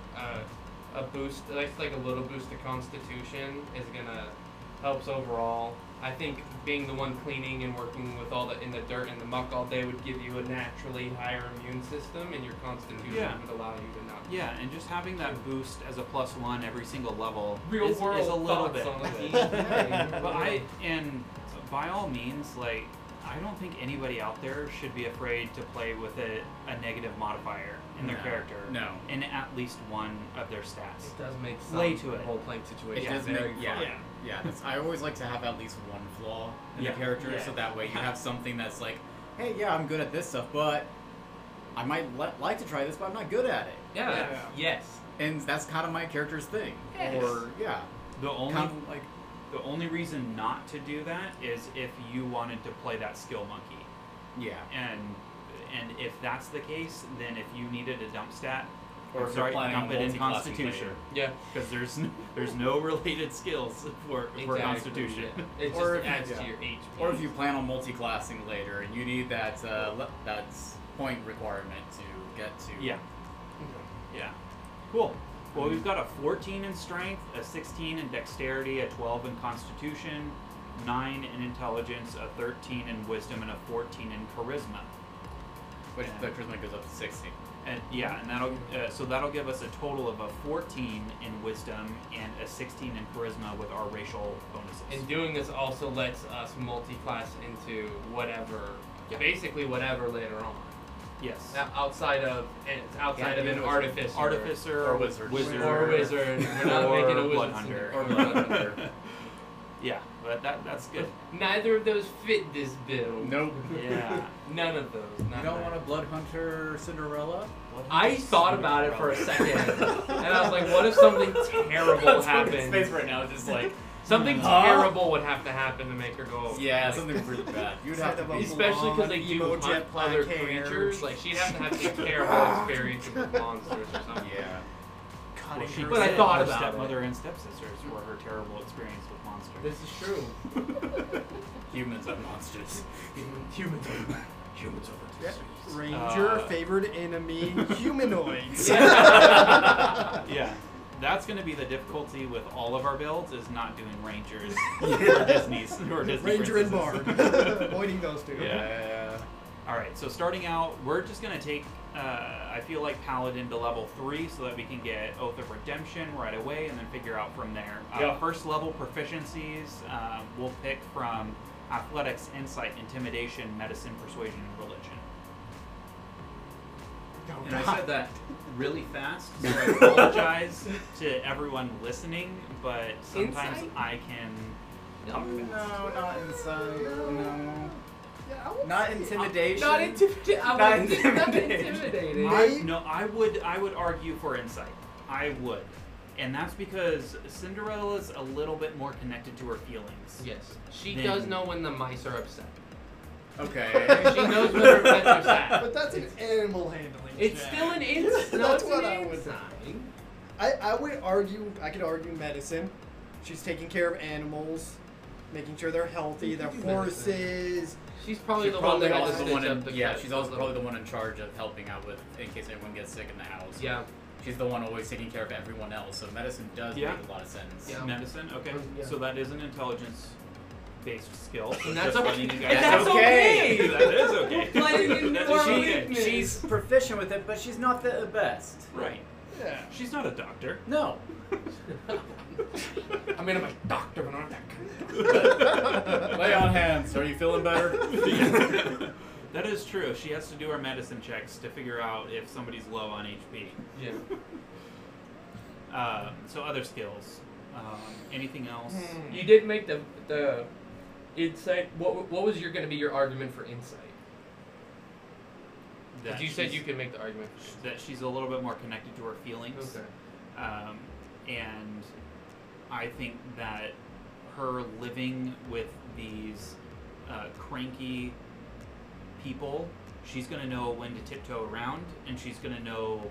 Speaker 3: a, a boost, like like a little boost to constitution, is gonna helps overall. I think being the one cleaning and working with all the in the dirt and the muck all day would give you a naturally higher immune system, and your constitution
Speaker 5: Yeah.
Speaker 3: would allow you to not.
Speaker 5: Yeah, and just having that boost as a plus one every single level
Speaker 3: Real
Speaker 5: is,
Speaker 3: world
Speaker 5: is a little
Speaker 3: thoughts
Speaker 5: bit.
Speaker 3: on the
Speaker 5: good.
Speaker 3: team. Yeah.
Speaker 5: But I and by all means, like I don't think anybody out there should be afraid to play with a, a negative modifier in their
Speaker 2: No.
Speaker 5: character.
Speaker 2: No.
Speaker 5: In at least one of their stats.
Speaker 3: It does make some
Speaker 5: Lay to it.
Speaker 3: role playing
Speaker 2: It
Speaker 3: situation.
Speaker 2: does
Speaker 3: very
Speaker 2: make yeah,
Speaker 3: fun.
Speaker 2: yeah. that's, I always like to have at least one flaw in
Speaker 5: Yeah.
Speaker 2: the character, so
Speaker 5: Yeah.
Speaker 2: that way you have something that's like, hey, yeah, I'm good at this stuff, but I might li- like to try this, but I'm not good at it.
Speaker 3: Yeah.
Speaker 4: Yeah.
Speaker 3: Yes.
Speaker 2: And that's kind of my character's thing.
Speaker 3: Yes.
Speaker 2: Or yeah,
Speaker 5: The only
Speaker 2: kind of like
Speaker 5: the only reason not to do that is if you wanted to play that skill monkey.
Speaker 2: yeah.
Speaker 5: And and if that's the case, then if you needed a dump stat,
Speaker 2: Or
Speaker 5: I'm
Speaker 2: if you're
Speaker 5: sorry,
Speaker 2: planning
Speaker 5: dump
Speaker 2: on
Speaker 5: it in
Speaker 2: multiclassing
Speaker 5: Constitution
Speaker 2: later.
Speaker 3: Yeah.
Speaker 5: because there's n- there's no related skills for for
Speaker 3: exactly,
Speaker 5: Constitution.
Speaker 3: yeah. It
Speaker 2: Or
Speaker 3: just
Speaker 2: if-
Speaker 3: adds
Speaker 2: yeah.
Speaker 3: to your HP.
Speaker 2: Or if you plan on multi-classing later and you need that uh, le- that point requirement to get to
Speaker 5: Yeah. Yeah. Cool. Well, we've got a 14 in strength, a 16 in dexterity, a 12 in constitution, 9 in intelligence, a 13 in wisdom, and a 14 in charisma.
Speaker 2: which
Speaker 5: Yeah.
Speaker 2: the charisma goes up to sixteen.
Speaker 5: And yeah, and that'll uh, so that'll give us a total of a 14 in wisdom and a 16 in charisma with our racial bonuses.
Speaker 3: And doing this also lets us multi-class into whatever,
Speaker 5: Yeah.
Speaker 3: basically whatever later on.
Speaker 5: yes.
Speaker 3: Now, outside of and it's outside
Speaker 2: Yeah,
Speaker 3: of
Speaker 2: you
Speaker 3: an
Speaker 2: know,
Speaker 3: artificer,
Speaker 5: Artificer
Speaker 2: Or wizard.
Speaker 5: wizard,
Speaker 3: or wizard. We're not
Speaker 5: or
Speaker 3: making a wizard
Speaker 5: blood
Speaker 3: scenario.
Speaker 5: hunter.
Speaker 3: Or blood hunter.
Speaker 5: yeah, but that that's good.
Speaker 3: Neither of those fit this bill.
Speaker 2: Nope.
Speaker 5: Yeah.
Speaker 3: None of those. Not
Speaker 6: You don't
Speaker 3: that.
Speaker 6: want a blood hunter Cinderella?
Speaker 3: I thought about it for a second, and I was like, "What if something terrible
Speaker 6: Space
Speaker 3: happened?
Speaker 6: right now is just like,
Speaker 3: Something
Speaker 6: Huh?
Speaker 3: terrible would have to happen to make her go."
Speaker 2: Yeah, something really bad.
Speaker 4: You'd
Speaker 2: Set
Speaker 4: have to
Speaker 2: up
Speaker 4: be-
Speaker 2: a
Speaker 3: Especially because like you
Speaker 4: Blonde, emo
Speaker 3: hunt
Speaker 4: jet black
Speaker 3: other
Speaker 4: hair.
Speaker 3: creatures, like she'd have to have a terrible experience with monsters or something.
Speaker 2: Yeah.
Speaker 5: Well, she
Speaker 3: But I
Speaker 5: said
Speaker 3: thought
Speaker 5: her
Speaker 3: about it.
Speaker 5: stepmother and stepsisters were her terrible experience with monsters.
Speaker 3: This is true.
Speaker 2: Humans are monsters.
Speaker 3: Humans.
Speaker 2: Humans are
Speaker 4: Yep.
Speaker 2: monsters.
Speaker 4: Ranger
Speaker 5: Uh,
Speaker 4: favored enemy humanoids.
Speaker 5: yeah. That's going to be the difficulty with all of our builds is not doing rangers or Disney's or Disney
Speaker 4: Ranger and bard,
Speaker 5: princesses.
Speaker 4: avoiding those two.
Speaker 5: Yeah.
Speaker 2: Yeah.
Speaker 5: All right, so starting out, we're just gonna take. Uh, I feel like Paladin to level three, so that we can get Oath of Redemption right away, and then figure out from there. Uh,
Speaker 6: Yeah.
Speaker 5: First level proficiencies um, we'll pick from Athletics, Insight, Intimidation, Medicine, Persuasion, and Religion.
Speaker 6: and I said that really fast.
Speaker 5: So I apologize to everyone listening, but sometimes
Speaker 3: Insight?
Speaker 5: I can talk fast.
Speaker 2: No, not inside. No.
Speaker 4: Yeah, I would
Speaker 2: Not
Speaker 4: say-
Speaker 2: intimidation.
Speaker 3: Not intimidated. I
Speaker 2: Not
Speaker 3: was not
Speaker 2: intimidated.
Speaker 3: intimidated.
Speaker 5: I, no, I would I would argue for insight. I would. And that's because Cinderella's a little bit more connected to her feelings.
Speaker 3: Yes, she
Speaker 5: Then-
Speaker 3: does know when the mice are upset.
Speaker 2: Okay.
Speaker 3: She knows when her pets are sad.
Speaker 4: But that's an animal handling.
Speaker 3: It's
Speaker 4: check.
Speaker 3: still an ins. No,
Speaker 4: That's
Speaker 3: it's
Speaker 4: what
Speaker 3: an
Speaker 4: I would-
Speaker 3: inside.
Speaker 4: I, I would argue. I could argue medicine. She's taking care of animals, making sure they're healthy. Their
Speaker 3: do medicine.
Speaker 4: horses.
Speaker 3: She's probably
Speaker 2: She's
Speaker 3: the
Speaker 2: probably
Speaker 3: one that
Speaker 2: also the
Speaker 3: stitch
Speaker 2: one
Speaker 3: up
Speaker 2: in,
Speaker 3: the
Speaker 2: yeah,
Speaker 3: cut
Speaker 2: she's also
Speaker 3: a
Speaker 2: probably the
Speaker 3: little.
Speaker 2: one in charge of helping out with in case anyone gets sick in the house.
Speaker 3: Yeah.
Speaker 2: She's the one always taking care of everyone else, so medicine does
Speaker 5: Yeah.
Speaker 2: make a lot of sense.
Speaker 3: Yeah.
Speaker 5: Medicine, okay.
Speaker 4: Um, yeah.
Speaker 5: So that is an intelligence based skill. So
Speaker 3: And that's
Speaker 5: just
Speaker 3: okay.
Speaker 5: letting you guys
Speaker 3: And
Speaker 2: That's
Speaker 3: that's
Speaker 5: know.
Speaker 2: okay.
Speaker 3: okay.
Speaker 5: that is okay.
Speaker 3: Letting you
Speaker 5: That's
Speaker 3: know our
Speaker 5: okay.
Speaker 3: weakness.
Speaker 6: She's proficient with it, but she's not the best.
Speaker 5: Right.
Speaker 4: Yeah.
Speaker 5: She's not a doctor.
Speaker 6: No.
Speaker 3: I mean, I'm a doctor, but not that kind of
Speaker 2: Lay on hands. Are you feeling better?
Speaker 5: that is true. She has to do her medicine checks to figure out if somebody's low on HP.
Speaker 3: Yeah.
Speaker 5: Um, so other skills. Um, anything else?
Speaker 4: Hmm.
Speaker 3: You did make the the insight. What what was your going to be your argument for insight?
Speaker 5: that
Speaker 3: Because you said
Speaker 5: she's-
Speaker 3: you could make the argument. For insight.
Speaker 5: that she's a little bit more connected to her feelings.
Speaker 3: Okay.
Speaker 5: Um, and I think that her living with these uh, cranky people, she's going to know when to tiptoe around and she's going to know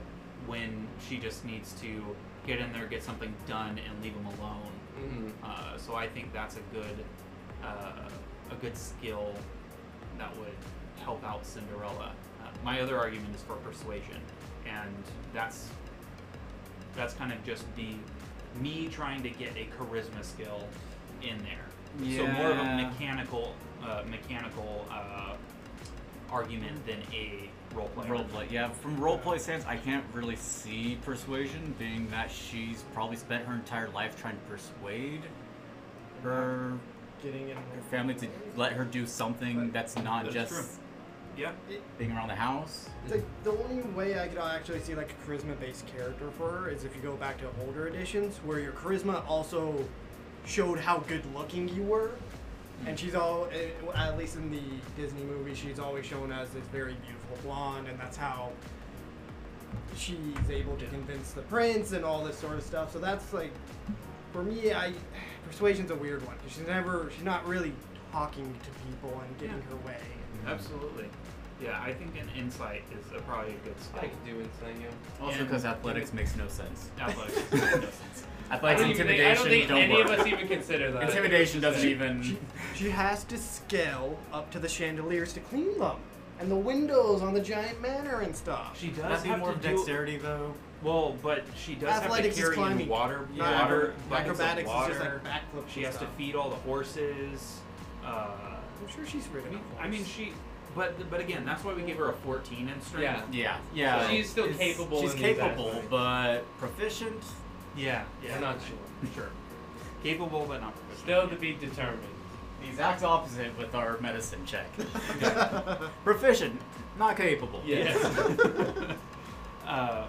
Speaker 5: when she just needs to get in there, get something done, and leave them alone.
Speaker 3: Mm-hmm.
Speaker 5: Uh, so I think that's a good, uh, a good skill that would help out Cinderella. Uh, my other argument is for persuasion, and that's that's kind of just the me trying to get a charisma skill in there. So more of a
Speaker 2: Yeah.
Speaker 5: mechanical, uh, mechanical uh, argument than a role play.
Speaker 2: Roleplay, yeah. From roleplay stance, I can't really see persuasion, being that she's probably spent her entire life trying to persuade her,
Speaker 4: Getting in.
Speaker 2: her family to let her do something that's not
Speaker 5: That's
Speaker 2: just
Speaker 5: Yeah.
Speaker 2: being around the house.
Speaker 4: Like the only way I could actually see like a charisma based character for her is if you go back to older editions where your charisma also showed how good looking you were. And she's all, eh, at least in the Disney movie, she's always shown as this very beautiful blonde, and that's how she's able to convince the prince and all this sort of stuff. So that's like, for me, I persuasion's a weird one 'cause she's never, she's not really talking to people and getting her way.
Speaker 5: Mm-hmm. Absolutely. Yeah, I think an insight is a, probably a good
Speaker 3: I
Speaker 5: skill.
Speaker 3: could do insight. Yeah.
Speaker 2: Also,
Speaker 5: And-
Speaker 2: because athletics makes no sense.
Speaker 5: Athletics makes no sense.
Speaker 3: I
Speaker 2: Athletics
Speaker 3: don't even think, I don't
Speaker 2: intimidation
Speaker 3: think
Speaker 2: don't
Speaker 3: any
Speaker 2: work.
Speaker 3: of us even consider that.
Speaker 2: Intimidation doesn't
Speaker 3: She-
Speaker 2: even.
Speaker 4: She, she has to scale up to the chandeliers to clean them, and the windows on the giant manor and stuff.
Speaker 5: She does
Speaker 2: That'd be
Speaker 5: have
Speaker 2: more
Speaker 5: to
Speaker 2: of
Speaker 5: do.
Speaker 2: dexterity, though.
Speaker 5: Well, but she does
Speaker 4: Athletics is
Speaker 5: have to carry in
Speaker 4: climbing.
Speaker 5: water,
Speaker 4: Not
Speaker 5: water,
Speaker 4: acro-
Speaker 5: buckets of
Speaker 4: acrobatics
Speaker 5: water.
Speaker 4: is just like backflips.
Speaker 5: she
Speaker 4: and
Speaker 5: has to
Speaker 4: stuff.
Speaker 5: feed all the horses. Uh,
Speaker 4: I'm sure she's
Speaker 5: I
Speaker 4: ridden.
Speaker 5: mean,
Speaker 4: a horse.
Speaker 5: I mean, she but but again, that's why we gave her a 14 in strength.
Speaker 3: Yeah.
Speaker 2: Yeah, yeah.
Speaker 3: So she's still
Speaker 2: it's-
Speaker 3: capable
Speaker 2: She's
Speaker 3: in these
Speaker 2: capable,
Speaker 3: aspects.
Speaker 2: but proficient.
Speaker 5: Yeah. yeah.
Speaker 3: We're not sure.
Speaker 5: sure. Capable, but not proficient.
Speaker 3: Still to be determined.
Speaker 2: The exact opposite with our medicine check. proficient, not capable.
Speaker 3: Yes.
Speaker 5: Um,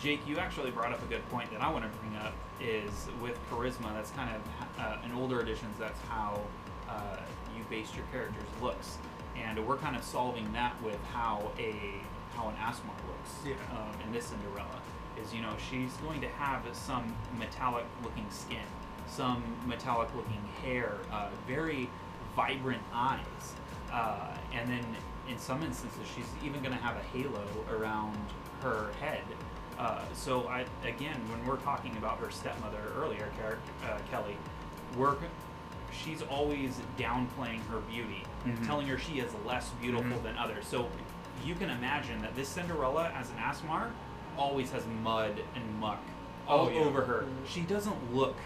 Speaker 5: Jake, you actually brought up a good point that I want to bring up is with charisma. That's kind of uh, in older editions. That's how uh, you based your character's looks, and we're kind of solving that with how a how an Asmar looks
Speaker 6: Yeah.
Speaker 5: um, in this Cinderella. Is you know she's going to have some metallic-looking skin, some metallic-looking hair, uh, very vibrant eyes, uh, and then in some instances she's even going to have a halo around her head. Uh, so I again, when we're talking about her stepmother earlier, Car- uh, Kelly, we're she's always downplaying her beauty,
Speaker 3: Mm-hmm.
Speaker 2: Mhm.
Speaker 5: telling her she is less beautiful
Speaker 2: Mhm.
Speaker 5: than others. So you can imagine that this Cinderella, as an Asmar, always has mud and muck all
Speaker 3: Oh, yeah.
Speaker 5: over her. She doesn't look.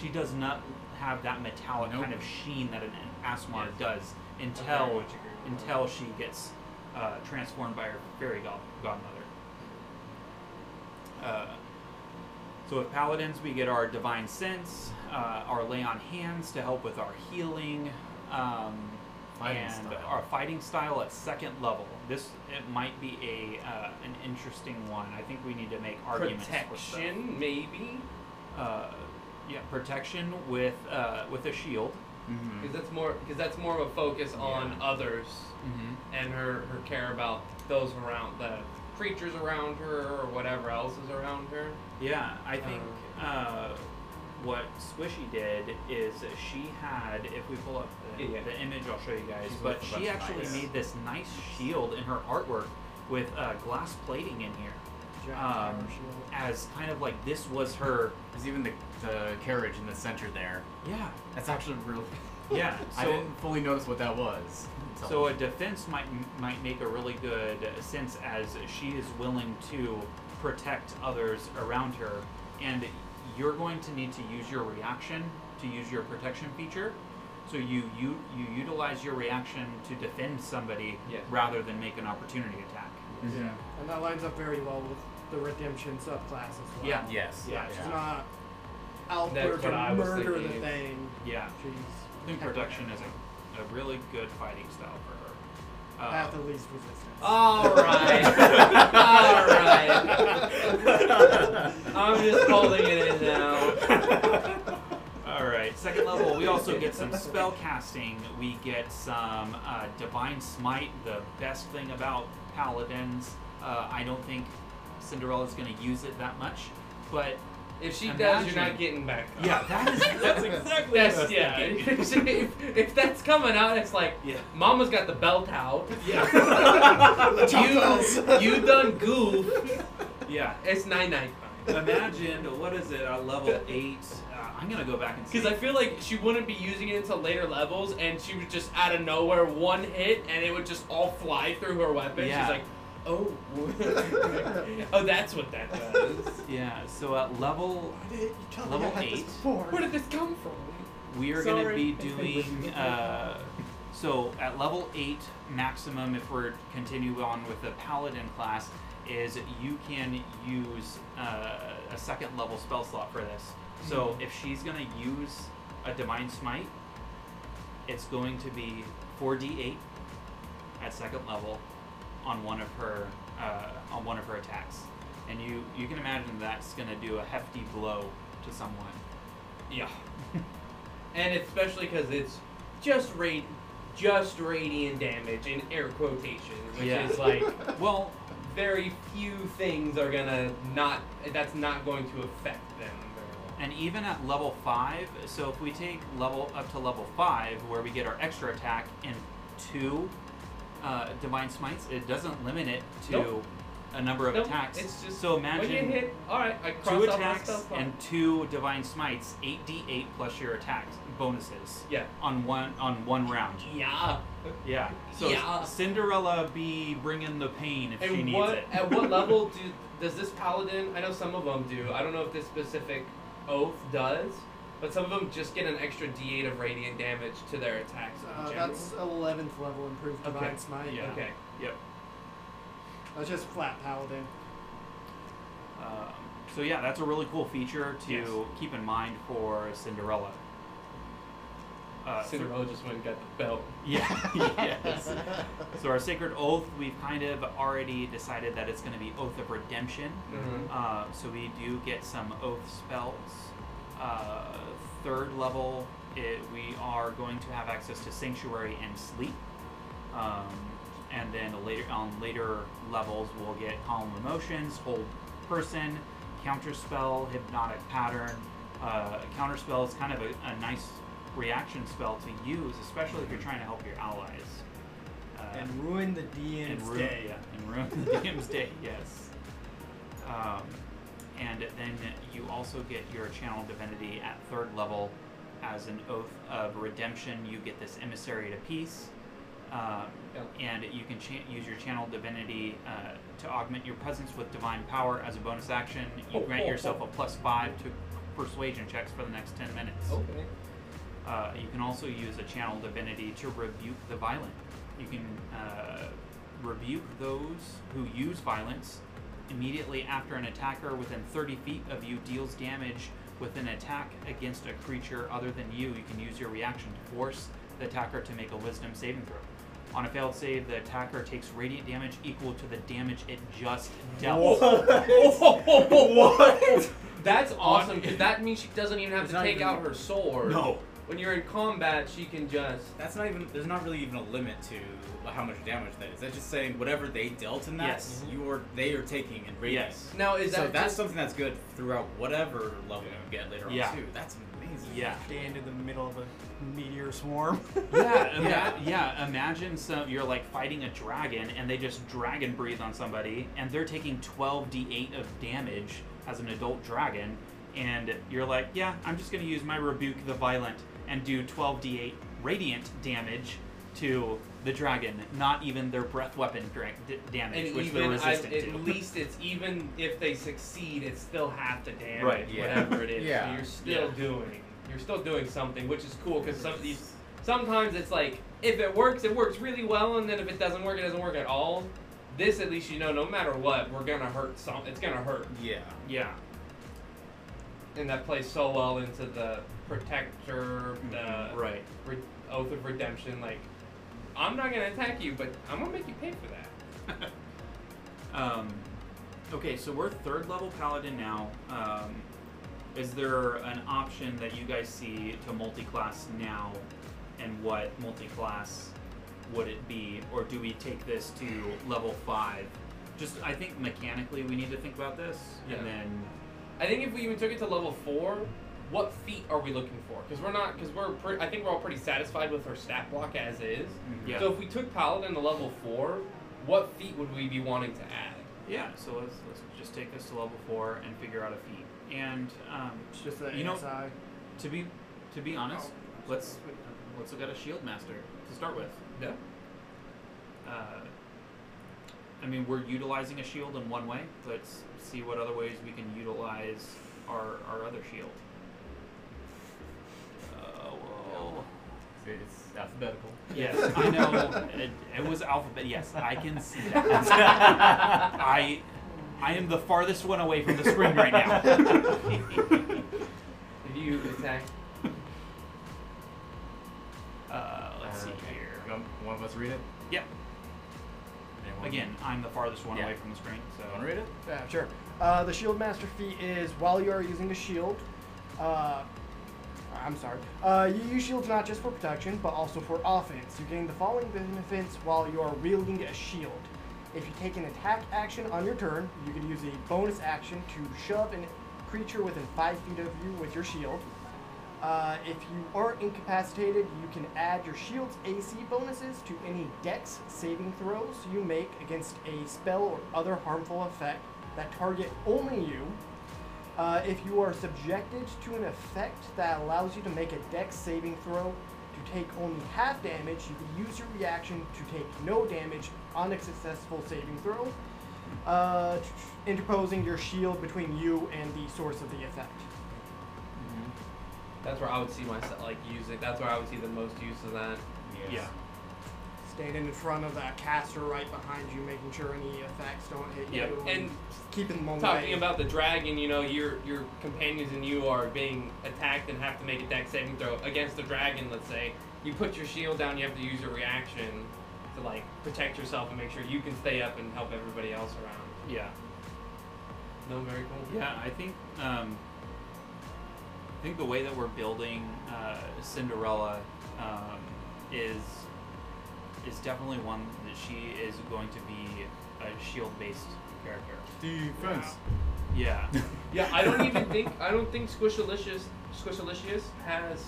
Speaker 5: She does not have that metallic
Speaker 2: Nope.
Speaker 5: kind of sheen that an Asmar
Speaker 3: Yes.
Speaker 5: does
Speaker 3: very
Speaker 5: until
Speaker 3: much agree.
Speaker 5: until she gets uh, transformed by her fairy god- godmother. Uh, so with paladins, we get our divine sense, uh, our lay on hands to help with our healing, um,
Speaker 2: Fighting
Speaker 5: and
Speaker 2: style.
Speaker 5: our fighting style at second level. This it might be a uh, an interesting one. I think we need to make arguments for that
Speaker 3: Protection, maybe?
Speaker 5: uh, yeah, protection with uh, with a shield.
Speaker 2: Mhm.
Speaker 3: Because that's more because that's more of a focus on others
Speaker 5: Mm-hmm.
Speaker 3: and her, her care about those around the creatures around her or whatever else is around her.
Speaker 5: Yeah, I
Speaker 2: Oh,
Speaker 5: think uh, what Squishy did is she had, if we pull up the,
Speaker 3: Yeah, yeah.
Speaker 5: the image, I'll show you guys,
Speaker 2: She's
Speaker 5: but
Speaker 2: with a
Speaker 5: she
Speaker 2: bunch of
Speaker 5: actually
Speaker 2: knights.
Speaker 5: made this nice shield in her artwork with uh, glass plating in here
Speaker 4: Giant
Speaker 5: Um,
Speaker 4: power shield.
Speaker 5: as kind of like this was her.
Speaker 2: There's even the, the carriage in the center there.
Speaker 5: Yeah,
Speaker 2: That's actually real.
Speaker 5: yeah.
Speaker 2: I
Speaker 5: So
Speaker 2: didn't fully notice what that was. until-
Speaker 5: So a defense might might make a really good sense as she is willing to protect others around her, and you're going to need to use your reaction to use your protection feature. So you you you utilize your reaction to defend somebody
Speaker 3: Yes.
Speaker 5: rather than make an opportunity attack.
Speaker 2: Mhm.
Speaker 4: Yeah, and that lines up very well with the redemption subclass as well.
Speaker 5: Yeah.
Speaker 2: Yes.
Speaker 4: Yeah, she's
Speaker 2: yeah.
Speaker 4: not out
Speaker 3: That's
Speaker 4: there
Speaker 3: what I
Speaker 4: to
Speaker 3: was
Speaker 4: murder the
Speaker 3: thinking.
Speaker 4: thing.
Speaker 5: Yeah, I
Speaker 4: She's
Speaker 5: think protection is a, a really good fighting style for her. Uh, Oh.
Speaker 4: path of least resistance.
Speaker 3: All right. All right. I'm just holding it in now.
Speaker 5: All right. Second level, we also get some spell casting. We get some uh, divine smite. The best thing about paladins, uh, I don't think Cinderella's going to use it that much, but
Speaker 3: If she does, you're
Speaker 5: Imagine.
Speaker 3: not getting back. up.
Speaker 5: yeah, that is
Speaker 3: That's exactly that's,
Speaker 5: what I was
Speaker 3: yeah. if, if that's coming out, it's like
Speaker 5: yeah.
Speaker 3: Mama's got the belt out.
Speaker 5: Yeah.
Speaker 3: you you done goof.
Speaker 5: yeah.
Speaker 3: It's nine nine.
Speaker 5: Imagine what is it? A level eight. Uh, I'm gonna go back and see.
Speaker 3: Because I feel like she wouldn't be using it until later levels, and she would just out of nowhere one hit, and it would just all fly through her weapon.
Speaker 5: Yeah.
Speaker 3: She's like, oh, oh, that's what that does.
Speaker 5: yeah. So at level
Speaker 4: you tell me I
Speaker 5: Level
Speaker 4: had this
Speaker 5: eight.
Speaker 4: before.
Speaker 3: Where did this come from?
Speaker 5: We are going to
Speaker 4: Sorry.
Speaker 5: be doing. Uh, so at level eight maximum, if we're continue on with the paladin class, is you can use uh, a second level spell slot for this. So if she's going to use a divine smite, it's going to be four d eight at second level on one of her uh, on one of her attacks, and you you can imagine that's going to do a hefty blow to someone.
Speaker 3: Yeah. and especially because it's just rad, just radiant damage in air quotations, which
Speaker 5: Yeah.
Speaker 3: is like
Speaker 5: Well,
Speaker 3: very few things are gonna not. That's not going to affect them very
Speaker 5: And even at level five, so if we take level up to level five, where we get our extra attack and two uh, divine smites, it doesn't limit it to
Speaker 3: Nope.
Speaker 5: a number of
Speaker 3: well. Nope,
Speaker 5: attacks.
Speaker 3: It's just
Speaker 5: so
Speaker 3: when you
Speaker 5: imagine
Speaker 3: hit. All right, I cross
Speaker 5: two
Speaker 3: off my
Speaker 5: attacks
Speaker 3: spell slot.
Speaker 5: and two divine smites, eight d8 plus your attack bonuses
Speaker 3: yeah.
Speaker 5: on one on one round.
Speaker 3: Yeah.
Speaker 5: Yeah. So
Speaker 3: Yeah.
Speaker 5: Cinderella be bringing the pain if she
Speaker 3: And
Speaker 5: needs
Speaker 3: what
Speaker 5: it.
Speaker 3: at what level do does this paladin? I know some of them do. I don't know if this specific oath does, but some of them just get an extra D8 of radiant damage to their attacks. in
Speaker 4: Uh,
Speaker 3: general.
Speaker 4: that's 11th level improved
Speaker 3: Okay.
Speaker 4: divine smite.
Speaker 5: Yeah.
Speaker 3: okay.
Speaker 5: Yep.
Speaker 4: That's just flat paladin.
Speaker 5: Um, so yeah, that's a really cool feature to
Speaker 3: Yes.
Speaker 5: keep in mind for Cinderella. Uh, so-
Speaker 3: Cinderella just went and got the belt.
Speaker 5: yeah. yes. So our sacred oath, we've kind of already decided that it's going to be oath of redemption.
Speaker 3: Mhm.
Speaker 5: Uh, so we do get some oath spells. Uh, third level, it, we are going to have access to sanctuary and sleep. Um, and then later on later levels, we'll get calm emotions, hold person, counter spell, hypnotic pattern. Uh, counter spell is kind of a, a nice reaction spell to use, especially if you're trying to help your allies. Uh,
Speaker 6: And ruin the DM's
Speaker 5: and ruin,
Speaker 6: day.
Speaker 5: yeah, and ruin the DM's day, yes. Um, and then you also get your channel divinity at third level as an oath of redemption. You get this emissary to peace, um, and you can cha- use your channel divinity uh, to augment your presence with divine power as a bonus action.
Speaker 3: Oh,
Speaker 5: You grant
Speaker 3: oh,
Speaker 5: yourself
Speaker 3: oh.
Speaker 5: a plus five to persuasion checks for the next ten minutes.
Speaker 3: Okay.
Speaker 5: Uh, you can also use a channel divinity to rebuke the violent. You can uh, rebuke those who use violence immediately after an attacker within 30 feet of you deals damage with an attack against a creature other than you. You can use your reaction to force the attacker to make a wisdom saving throw. On a failed save, the attacker takes radiant damage equal to the damage it just dealt.
Speaker 3: what? That's awesome because that means she doesn't even have
Speaker 6: It's
Speaker 3: to
Speaker 6: not
Speaker 3: take
Speaker 6: even-
Speaker 3: out her sword.
Speaker 6: No.
Speaker 3: When you're in combat, she can just.
Speaker 2: That's not even. There's not really even a limit to how much damage that is. That's just saying whatever they dealt in that,
Speaker 5: Yes.
Speaker 2: Mm-hmm. you are they are taking and rating.
Speaker 5: Yes.
Speaker 3: Now is
Speaker 2: so
Speaker 3: that
Speaker 2: that's
Speaker 3: just-
Speaker 2: something that's good throughout whatever level you get later
Speaker 5: Yeah.
Speaker 2: on too. That's amazing.
Speaker 5: Yeah.
Speaker 6: Stand in the middle of a meteor swarm.
Speaker 5: Yeah, ima-
Speaker 3: Yeah.
Speaker 5: yeah. Imagine some you're like fighting a dragon, and they just dragon breathe on somebody, and they're taking 12d8 of damage as an adult dragon, and you're like, yeah, I'm just gonna use my rebuke the violent and do 12d8 radiant damage to the dragon, not even their breath weapon dra- d- damage,
Speaker 3: and
Speaker 5: which they're
Speaker 3: even I,
Speaker 5: resistant
Speaker 3: at
Speaker 5: to.
Speaker 3: least it's even if they succeed, it's still half the damage,
Speaker 5: Right, yeah.
Speaker 3: whatever it is.
Speaker 2: Yeah.
Speaker 3: You're still
Speaker 5: Yeah.
Speaker 3: doing. You're still doing something, which is cool because some of these. Sometimes it's like if it works, it works really well, and then if it doesn't work, it doesn't work at all. This at least you know, no matter what, we're gonna hurt some. It's gonna hurt,
Speaker 2: Yeah.
Speaker 5: yeah.
Speaker 3: and that plays so well into the protector, the
Speaker 5: Mm-hmm. right.
Speaker 3: re- oath of redemption. Like, I'm not gonna attack you, but I'm gonna make you pay for that.
Speaker 5: Um, okay, so we're third level paladin now. Um, is there an option that you guys see to multi-class now, and what multi-class would it be, or do we take this to level five? Just, I think mechanically we need to think about this,
Speaker 3: Yeah.
Speaker 5: and then
Speaker 3: I think if we even took it to level four, what feat are we looking for? Because we're not, because we're, pre- I think we're all pretty satisfied with her stat block as is.
Speaker 5: Mm-hmm. yeah,
Speaker 3: So if we took Paladin to level four, what feat would we be wanting to add?
Speaker 5: yeah. So let's let's just take this to level four and figure out a feat. And um,
Speaker 4: It's just the
Speaker 5: You know-
Speaker 4: ASI.
Speaker 5: to be to be honest,
Speaker 4: Oh.
Speaker 5: let's let's look at a shield master to start with.
Speaker 3: Yeah.
Speaker 5: uh, I mean, we're utilizing a shield in one way. Let's see what other ways we can utilize our, our other shield. Uh,
Speaker 2: Oh,
Speaker 5: well,
Speaker 2: It's alphabetical.
Speaker 5: yes, I know. It, it was alphabet. Yes, I can see that. I I am the farthest one away from the screen right now.
Speaker 3: If you attack,
Speaker 5: uh, let's see
Speaker 2: Okay.
Speaker 5: here.
Speaker 2: Um, One of us read it.
Speaker 5: Yep.
Speaker 2: Anyone-
Speaker 5: Again, I'm the farthest one
Speaker 2: Yeah.
Speaker 5: away from the screen. So.
Speaker 2: Anyone read it?
Speaker 4: Yeah, sure. Uh, the shield master feat is while you are using a shield, uh, I'm sorry. Uh, you use shields not just for protection, but also for offense. You gain the following benefits while you are wielding a shield. If you take an attack action on your turn, you can use a bonus action to shove a creature within five feet of you with your shield. Uh, if you are incapacitated, you can add your shield's AC bonuses to any dex saving throws you make against a spell or other harmful effect that target only you. Uh, if you are subjected to an effect that allows you to make a dex saving throw to take only half damage, you can use your reaction to take no damage on a successful saving throw, uh, t- interposing your shield between you and the source of the effect.
Speaker 3: that That's where I would see myself like using. That's where I would see the most use of that.
Speaker 5: Yeah.
Speaker 4: Standing in front of that caster right behind you, making sure any effects don't hit
Speaker 5: Yep.
Speaker 4: you.
Speaker 3: And
Speaker 4: keeping them away.
Speaker 3: talking about the dragon, you know, your your companions and you are being attacked and have to make a dex saving throw against the dragon. Let's say you put your shield down, you have to use your reaction to like protect yourself and make sure you can stay up and help everybody else around.
Speaker 5: Yeah.
Speaker 3: No, very cool.
Speaker 5: Yeah, I think um, I think the way that we're building uh, Cinderella um, is is definitely one that she is going to be a shield based character.
Speaker 2: Defense.
Speaker 5: Yeah.
Speaker 3: Yeah, I don't even think I don't think Squishalicious Squishalicious has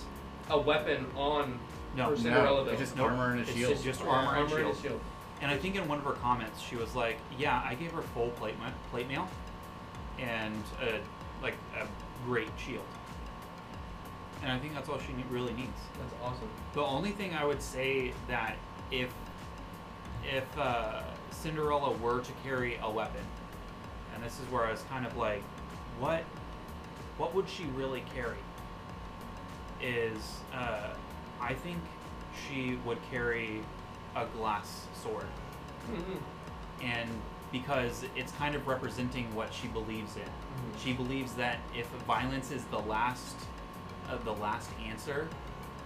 Speaker 3: a weapon on
Speaker 5: No,
Speaker 3: for
Speaker 5: no,
Speaker 3: Cinderella though.
Speaker 2: it's just armor and a
Speaker 5: It's
Speaker 2: shield.
Speaker 5: just- just
Speaker 3: Yeah,
Speaker 5: armor and
Speaker 3: armor
Speaker 5: shield. And I think in one of her comments, she was like, "Yeah, I gave her full plate ma- plate mail, and a, like a great shield." And I think that's all she ne- really needs.
Speaker 3: That's awesome.
Speaker 5: The only thing I would say that if if uh, Cinderella were to carry a weapon, and this is where I was kind of like, what what would she really carry? Is uh, I think she would carry a glass sword,
Speaker 3: Mhm.
Speaker 5: and because it's kind of representing what she believes in. She believes that if violence is the last uh, the last answer,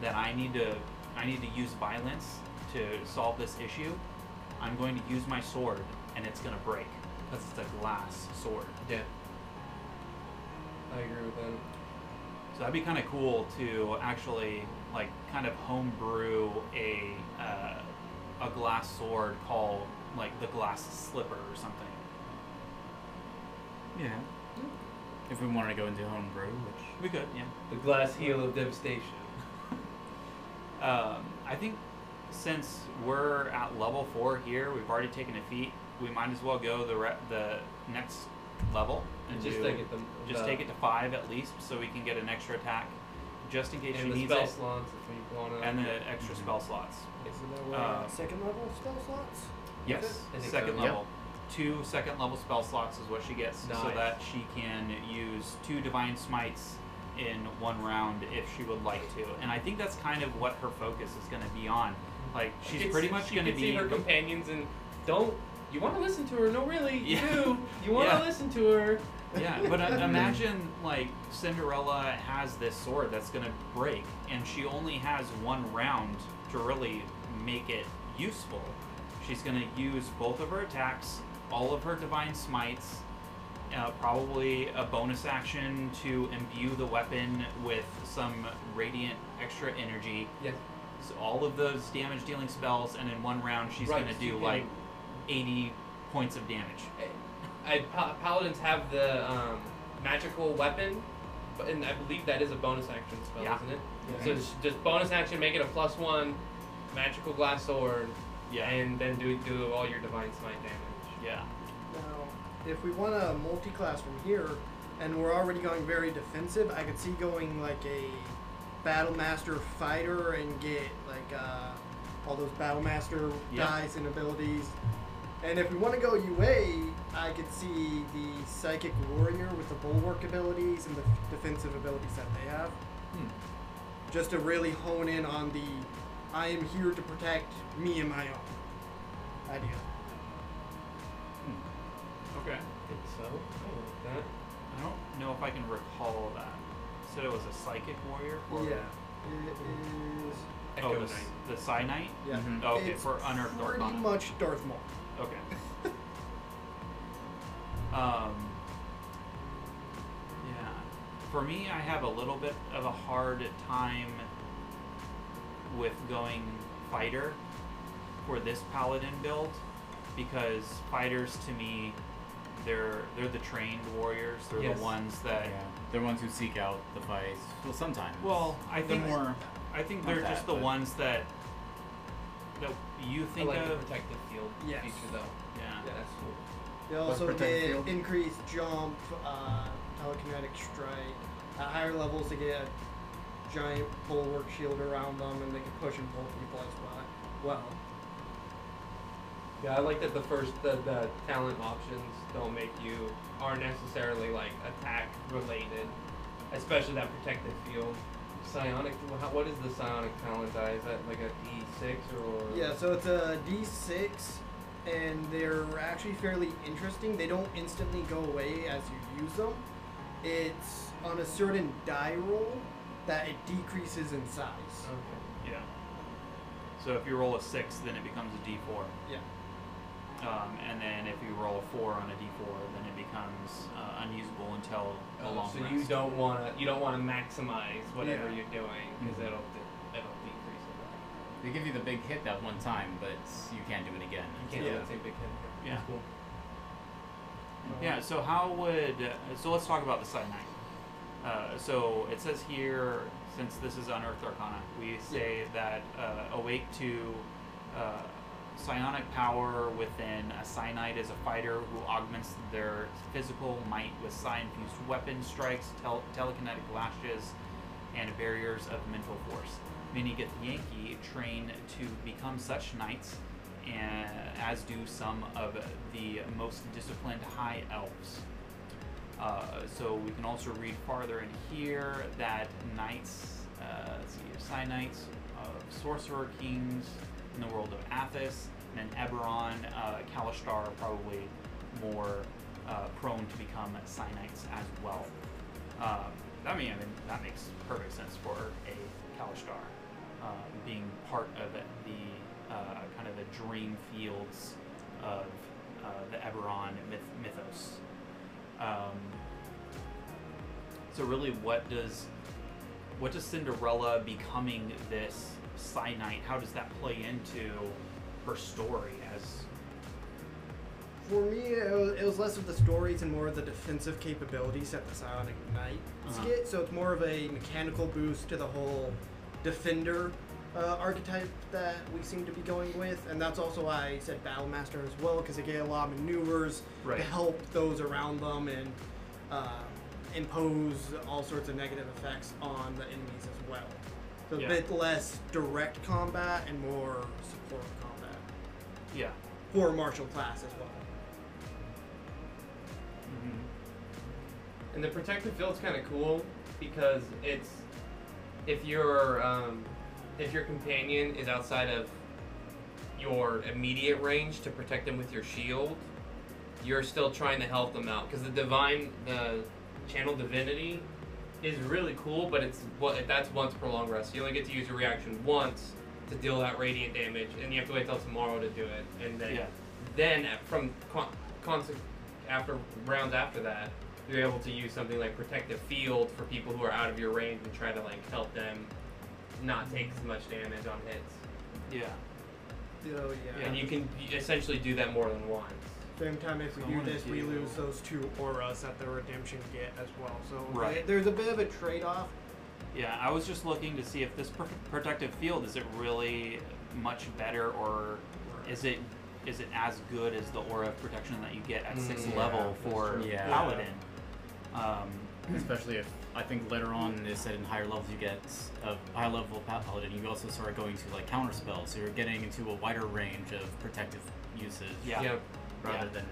Speaker 5: that I need to I need to use violence to solve this issue. I'm going to use my sword, and it's going to break because it's a glass sword.
Speaker 3: Yeah. I agree with that.
Speaker 5: So that'd be kind of cool to actually like kind of homebrew a uh, a glass sword called like the glass slipper or something. Yeah,
Speaker 2: If we wanted to go into homebrew, which
Speaker 5: we could. Yeah.
Speaker 3: The glass heel of devastation.
Speaker 5: Um, I think since we're at level four here, we've already taken a feat. We might as well go the re- the next level and
Speaker 3: just
Speaker 5: do-
Speaker 3: take it the,
Speaker 5: just
Speaker 3: the,
Speaker 5: take it to five at least, so we can get an extra attack, just in case
Speaker 3: and
Speaker 5: she
Speaker 3: the
Speaker 5: needs
Speaker 3: spell Mm-hmm.
Speaker 5: it,
Speaker 3: slots if we want to.
Speaker 5: and the extra spell slots.
Speaker 4: Isn't that where,
Speaker 5: uh,
Speaker 4: second level spell slots?
Speaker 5: Yes,
Speaker 3: I think
Speaker 5: second
Speaker 3: so.
Speaker 5: level. Two second level spell slots is what she gets, so
Speaker 3: Nice.
Speaker 5: that she can use two divine smites in one round if she would like to. And I think that's kind of what her focus is going to be on. Like she's pretty much going to
Speaker 3: to
Speaker 5: be
Speaker 3: see her companions and don't. You want to listen to her? No, really, you
Speaker 5: Yeah.
Speaker 3: do. You want to
Speaker 5: Yeah.
Speaker 3: listen to her?
Speaker 5: Yeah, but uh, imagine like Cinderella has this sword that's gonna break, and she only has one round to really make it useful. She's gonna use both of her attacks, all of her divine smites, uh, probably a bonus action to imbue the weapon with some radiant extra energy.
Speaker 3: Yes.
Speaker 5: So all of those damage dealing spells, and in one round she's
Speaker 3: Right,
Speaker 5: gonna
Speaker 3: she
Speaker 5: do
Speaker 3: can-
Speaker 5: like 80 points of damage.
Speaker 3: I, pa- paladins have the um, magical weapon, but, and I believe that is a bonus action spell,
Speaker 5: Yeah.
Speaker 3: isn't it?
Speaker 4: Yeah.
Speaker 3: So just, just bonus action, make it a plus one, magical glass sword,
Speaker 5: Yeah.
Speaker 3: and then do do all your divine smite damage.
Speaker 5: yeah.
Speaker 4: Now, if we want a multi-class from here, and we're already going very defensive, I could see going like a battle master fighter and get like uh, all those battle master
Speaker 5: Yeah.
Speaker 4: dice and abilities. And if we want to go UA, I could see the psychic warrior with the bulwark abilities and the f- defensive abilities that they have.
Speaker 5: Hmm.
Speaker 4: Just to really hone in on the I am here to protect me and my own idea.
Speaker 5: Okay.
Speaker 3: I think so. I like that.
Speaker 5: I don't know if I can recall that. Said it was a psychic warrior. Or
Speaker 4: Yeah. It is.
Speaker 5: Oh,
Speaker 3: Echo
Speaker 5: the,
Speaker 3: Knight.
Speaker 5: the Psy Knight.
Speaker 4: Yeah.
Speaker 2: Mhm.
Speaker 5: Oh, okay,
Speaker 4: It's
Speaker 5: for unearthed
Speaker 4: pretty
Speaker 5: arcana.
Speaker 4: much Darth Maul.
Speaker 5: Okay. um. Yeah. For me, I have a little bit of a hard time with going fighter for this paladin build because fighters to me they're they're the trained warriors they're
Speaker 3: Yes.
Speaker 5: the ones that
Speaker 2: yeah, they're ones who seek out the fights. Well, sometimes.
Speaker 5: Well, I
Speaker 2: the
Speaker 5: think
Speaker 2: more
Speaker 5: I think
Speaker 2: Not
Speaker 5: they're
Speaker 2: that,
Speaker 5: just the
Speaker 2: but-
Speaker 5: ones that that you
Speaker 3: I
Speaker 5: think
Speaker 3: like the
Speaker 5: of.
Speaker 3: protective field
Speaker 4: Yes.
Speaker 3: feature though.
Speaker 5: Yeah.
Speaker 3: Yeah, that's cool.
Speaker 4: They
Speaker 2: Let's
Speaker 4: also
Speaker 2: protect the
Speaker 4: get
Speaker 2: field.
Speaker 4: increased jump, uh, telekinetic strike. At higher levels, they get a giant bulwark shield around them, and they can push and pull people as well. Well,
Speaker 3: Yeah, I like that the first the, the talent options don't make you aren't necessarily like attack related, especially that protective field. psionic? wh- how- What is the psionic talent die? Is that like a D6 or?
Speaker 4: Yeah, so it's a D6, and they're actually fairly interesting. They don't instantly go away as you use them. It's on a certain die roll that it decreases in size.
Speaker 3: Okay.
Speaker 5: Yeah. So if you roll a six, then it becomes a D four.
Speaker 4: Yeah.
Speaker 5: Um, and then if you roll a four on a D four, then it becomes uh, unusable until a long
Speaker 3: Oh, so
Speaker 5: rest.
Speaker 3: you don't want to you don't want to maximize whatever
Speaker 4: Yeah.
Speaker 3: you're doing because
Speaker 5: Mhm.
Speaker 3: it'll de- it'll decrease it.
Speaker 2: They give you the big hit that one time, but you can't do it again.
Speaker 3: You can't
Speaker 4: Yeah.
Speaker 3: do that same big hit.
Speaker 5: Yeah.
Speaker 3: That's Cool.
Speaker 5: Yeah. So how would so let's talk about the side nine. Uh, so it says here, since this is unearthed arcana, we say that uh, awake to uh, psionic power within a cyanide is a fighter who augments their physical might with psi infused weapon strikes, tel- telekinetic lashes, and barriers of mental force. Many get the Yankee train to become such knights, and as do some of the most disciplined high elves. Uh, so we can also read farther in here that knights, uh, let's see, here, Psy knights, of sorcerer kings in the world of Athos, and then Eberron, uh, Kalishtar are probably more uh, prone to become Psy knights as well. Um, I mean, I mean, that makes perfect sense for a Kalishtar um, being part of the uh, kind of the dream fields of uh, the Eberron myth- mythos. Um, so really, what does what does Cinderella becoming this Psy Knight? How does that play into her story? As
Speaker 4: For me, it was, it was less of the stories and more of the defensive capabilities that the Psionic Knight
Speaker 5: Uh-huh.
Speaker 4: get. So it's more of a mechanical boost to the whole defender uh, archetype that we seem to be going with, and that's also why I said Battle Master as well, because they get a lot of maneuvers
Speaker 5: Right.
Speaker 4: to help those around them and uh, impose all sorts of negative effects on the enemies as well. So
Speaker 5: Yeah.
Speaker 4: a bit less direct combat and more support combat
Speaker 5: yeah,
Speaker 4: for martial class as well.
Speaker 3: Mm-hmm. And the protective field's kind of cool because it's if your um, if your companion is outside of your immediate range to protect them with your shield, you're still trying to help them out because the divine the channel divinity is really cool, but it's what that's once per long rest. You only get to use your reaction once to deal that radiant damage, and you have to wait till tomorrow to do it, and then
Speaker 5: yeah,
Speaker 3: then at- from con- conse- after rounds after that, you're able to use something like protective field for people who are out of your range and try to like help them not take as much damage on hits.
Speaker 5: yeah.
Speaker 4: So
Speaker 5: Yeah.
Speaker 4: yeah.
Speaker 3: And you can y- essentially do that more than once.
Speaker 4: Same time, if we
Speaker 5: I
Speaker 4: do
Speaker 5: wanna
Speaker 4: this, we
Speaker 5: do-
Speaker 4: lose those two auras that the redemption get as well. So
Speaker 5: Right.
Speaker 4: there's a bit of a trade-off.
Speaker 5: Yeah, I was just looking to see if this pr- protective field is it really much better or is it is it as good as the aura of protection that you get at sixth
Speaker 3: Mm, yeah,
Speaker 5: level
Speaker 3: that's
Speaker 5: for
Speaker 2: true. Yeah.
Speaker 5: paladin? Um,
Speaker 2: Especially if I think later on they said in higher levels you get a high level paladin, you also start going to like counter spells, so you're getting into a wider range of protective uses.
Speaker 5: Yeah.
Speaker 3: You know,
Speaker 2: Rather
Speaker 5: Yeah.
Speaker 2: than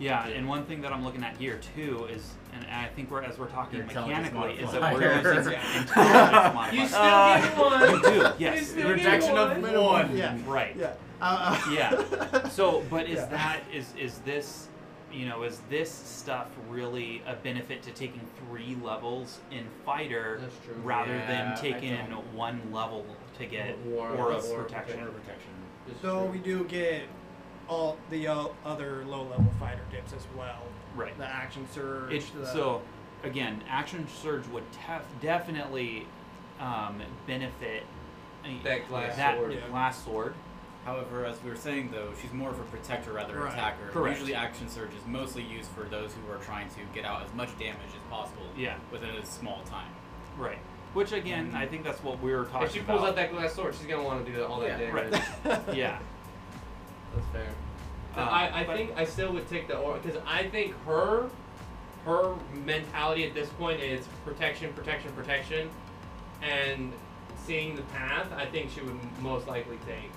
Speaker 5: yeah, and one thing that I'm looking at here too is, and I think we're as we're talking
Speaker 2: Your intelligence
Speaker 5: mechanically, is that
Speaker 2: modifier.
Speaker 5: we're using
Speaker 4: Yeah.
Speaker 3: you
Speaker 5: intelligence modifier.
Speaker 3: Uh, still get
Speaker 5: We
Speaker 3: one.
Speaker 5: do,
Speaker 3: You
Speaker 5: yes,
Speaker 3: still get
Speaker 2: rejection of
Speaker 3: one.
Speaker 2: minimum. One.
Speaker 4: Yeah.
Speaker 5: right.
Speaker 4: Yeah. Uh, uh,
Speaker 5: yeah. So, but is
Speaker 4: Yeah.
Speaker 5: that is is this, you know, is this stuff really a benefit to taking three levels in fighter
Speaker 3: That's true.
Speaker 5: rather
Speaker 2: Yeah, I
Speaker 5: than taking
Speaker 2: don't-
Speaker 5: one level to get
Speaker 3: War-
Speaker 5: aura
Speaker 3: war- war
Speaker 5: protection?
Speaker 2: Or protection.
Speaker 4: so we do get all the uh, other low-level fighter dips as well.
Speaker 5: Right.
Speaker 4: The action surge.
Speaker 5: It,
Speaker 4: the,
Speaker 5: so, again, action surge would tef- definitely um, benefit uh,
Speaker 3: That glass
Speaker 5: that
Speaker 3: sword.
Speaker 5: glass sword.
Speaker 2: However, as we were saying though, she's more of a protector rather than
Speaker 4: Right.
Speaker 2: attacker.
Speaker 5: Correct.
Speaker 2: Usually action surge is mostly used for those who are trying to get out as much damage as possible
Speaker 5: Yeah.
Speaker 2: within a small time.
Speaker 5: Right. Which again, I think that's what we were talking
Speaker 3: If she
Speaker 5: about.
Speaker 3: pulls out that glass sword, she's gonna want to do that all that
Speaker 2: Yeah,
Speaker 3: damage.
Speaker 5: right. yeah.
Speaker 3: That's fair.
Speaker 5: Uh,
Speaker 3: I, I
Speaker 5: but-
Speaker 3: think I still would take the aura because I think her her mentality at this point is protection, protection, protection, and seeing the path. I think she would most likely take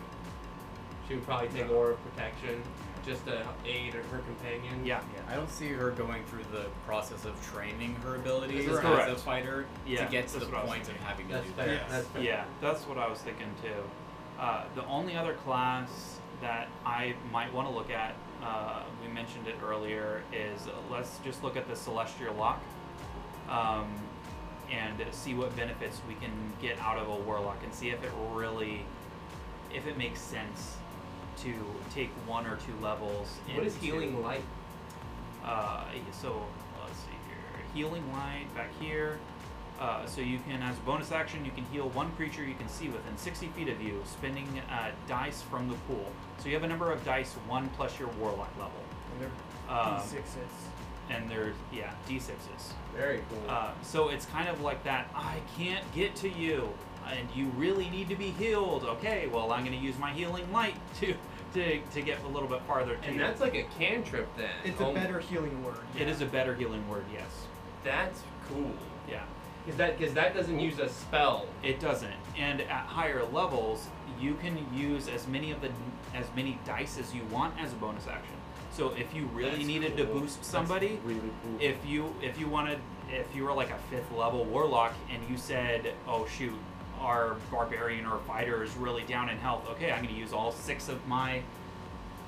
Speaker 3: She would probably take Aura of Protection just to aid her companion.
Speaker 5: Yeah,
Speaker 2: I don't see her going through the process of training her abilities
Speaker 3: That's
Speaker 2: as a
Speaker 5: correct.
Speaker 2: fighter
Speaker 5: Yeah,
Speaker 2: to get to
Speaker 5: that's
Speaker 2: the
Speaker 5: what I was
Speaker 2: point of
Speaker 5: thinking.
Speaker 2: having to
Speaker 3: That's
Speaker 2: do
Speaker 3: fair.
Speaker 2: that.
Speaker 3: That's fair.
Speaker 5: Yeah, that's what I was thinking too. Uh, the only other class that I might want to look at, uh, we mentioned it earlier, is uh, let's just look at the Celestial Lock um, and see what benefits we can get out of a Warlock and see if it really, if it makes sense to take one or two levels.
Speaker 3: What is
Speaker 5: into-
Speaker 3: healing like?
Speaker 5: uh, so let's see here. Healing light back here. Uh, so you can, as a bonus action, you can heal one creature you can see within 60 feet of you, spending uh, dice from the pool. So you have a number of dice, one plus your warlock level.
Speaker 4: And they're
Speaker 5: Um,
Speaker 4: D6s.
Speaker 5: and there's yeah d6s.
Speaker 3: Very cool.
Speaker 5: Uh, so it's kind of like that. I can't get to you, and you really need to be healed. Okay, well I'm going to use my healing light to to to get a little bit farther to
Speaker 3: and
Speaker 5: you.
Speaker 3: that's like a cantrip then.
Speaker 6: It's
Speaker 3: Oh,
Speaker 6: a better healing word.
Speaker 5: it is a better healing word. Yes.
Speaker 3: That's cool.
Speaker 5: Yeah.
Speaker 3: Because that, cause that doesn't use a spell.
Speaker 5: It doesn't. And at higher levels, you can use as many of the as many dice as you want as a bonus action. So if you really
Speaker 3: That's
Speaker 5: needed to
Speaker 3: cool.
Speaker 5: boost
Speaker 3: That's
Speaker 5: somebody,
Speaker 3: really cool.
Speaker 5: if you if you wanted if you were like a fifth level warlock and you said, "Oh shoot, our barbarian or fighter is really down in health. Okay, I'm going to use all six of my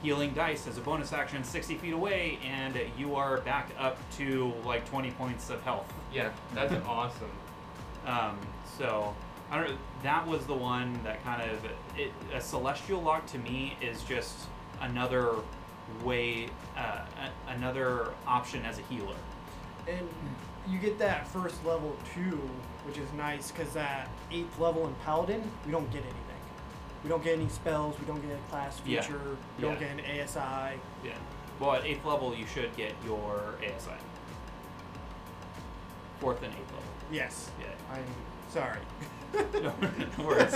Speaker 5: healing dice as a bonus action 60 feet away and you are back up to like 20 points of health."
Speaker 3: yeah, that's awesome.
Speaker 5: Um, so I don't. That was the one that kind of it, a celestial lock to me is just another way, uh, a, another option as a healer.
Speaker 6: And you get that first level too, which is nice because that eighth level in Paladin, we don't get anything. We don't get any spells. We don't get a class
Speaker 5: Yeah.
Speaker 6: feature. We don't
Speaker 5: Yeah.
Speaker 6: get an ASI.
Speaker 5: Yeah. Well, at eighth level you should get your ASI. Fourth and eighth level.
Speaker 6: Yes,
Speaker 5: Yeah.
Speaker 6: I'm sorry.
Speaker 5: No, no worries.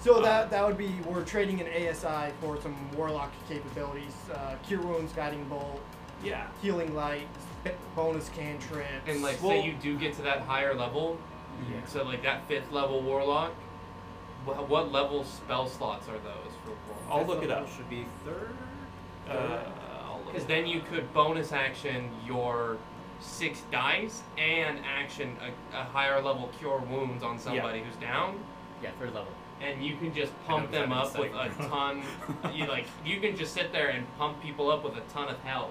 Speaker 6: So that that would be we're trading an ASI for some warlock capabilities, uh, cure wounds, guiding bolt,
Speaker 5: yeah.
Speaker 6: healing light, b- bonus cantrips,
Speaker 3: And like,
Speaker 5: Well-
Speaker 3: say you do get to that higher level,
Speaker 5: Yeah.
Speaker 3: so like that fifth level warlock. What, what level spell slots are those for warlock?
Speaker 5: I'll look it up.
Speaker 2: Should be third.
Speaker 5: Uh, I'll look
Speaker 3: Because
Speaker 5: it
Speaker 3: then
Speaker 5: up.
Speaker 3: you could bonus action your six dice and action a, a higher level cure wounds on somebody who's down,
Speaker 2: Yeah, third level.
Speaker 3: and you can just pump them
Speaker 2: I'm
Speaker 3: up with a
Speaker 2: psycho.
Speaker 3: ton. you like you can just sit there and pump people up with a ton of health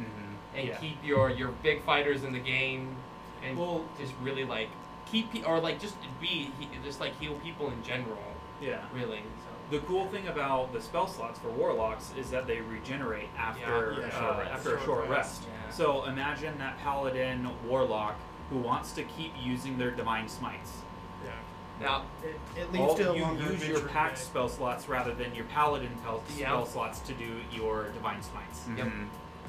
Speaker 2: Mm-hmm.
Speaker 3: and
Speaker 5: Yeah.
Speaker 3: keep your your big fighters in the game and
Speaker 5: Well-
Speaker 3: just really like keep pe- or like just be he- just like heal people in general,
Speaker 5: Yeah.
Speaker 3: really. So
Speaker 5: The cool thing about the spell slots for warlocks is that they regenerate after
Speaker 3: Yeah, yeah,
Speaker 5: uh,
Speaker 3: short rest.
Speaker 5: after a
Speaker 6: Short
Speaker 5: short rest.
Speaker 6: rest,
Speaker 3: yeah.
Speaker 5: So imagine that paladin warlock who wants to keep using their divine smites.
Speaker 6: Yeah.
Speaker 3: now
Speaker 6: It, it leads
Speaker 5: All,
Speaker 6: to a
Speaker 5: you
Speaker 6: longer
Speaker 5: use your
Speaker 6: adventure
Speaker 5: pact
Speaker 6: day.
Speaker 5: spell slots rather than your paladin pel-
Speaker 3: Yeah.
Speaker 5: spell slots to do your divine smites.
Speaker 2: Mm-hmm.
Speaker 3: Yep.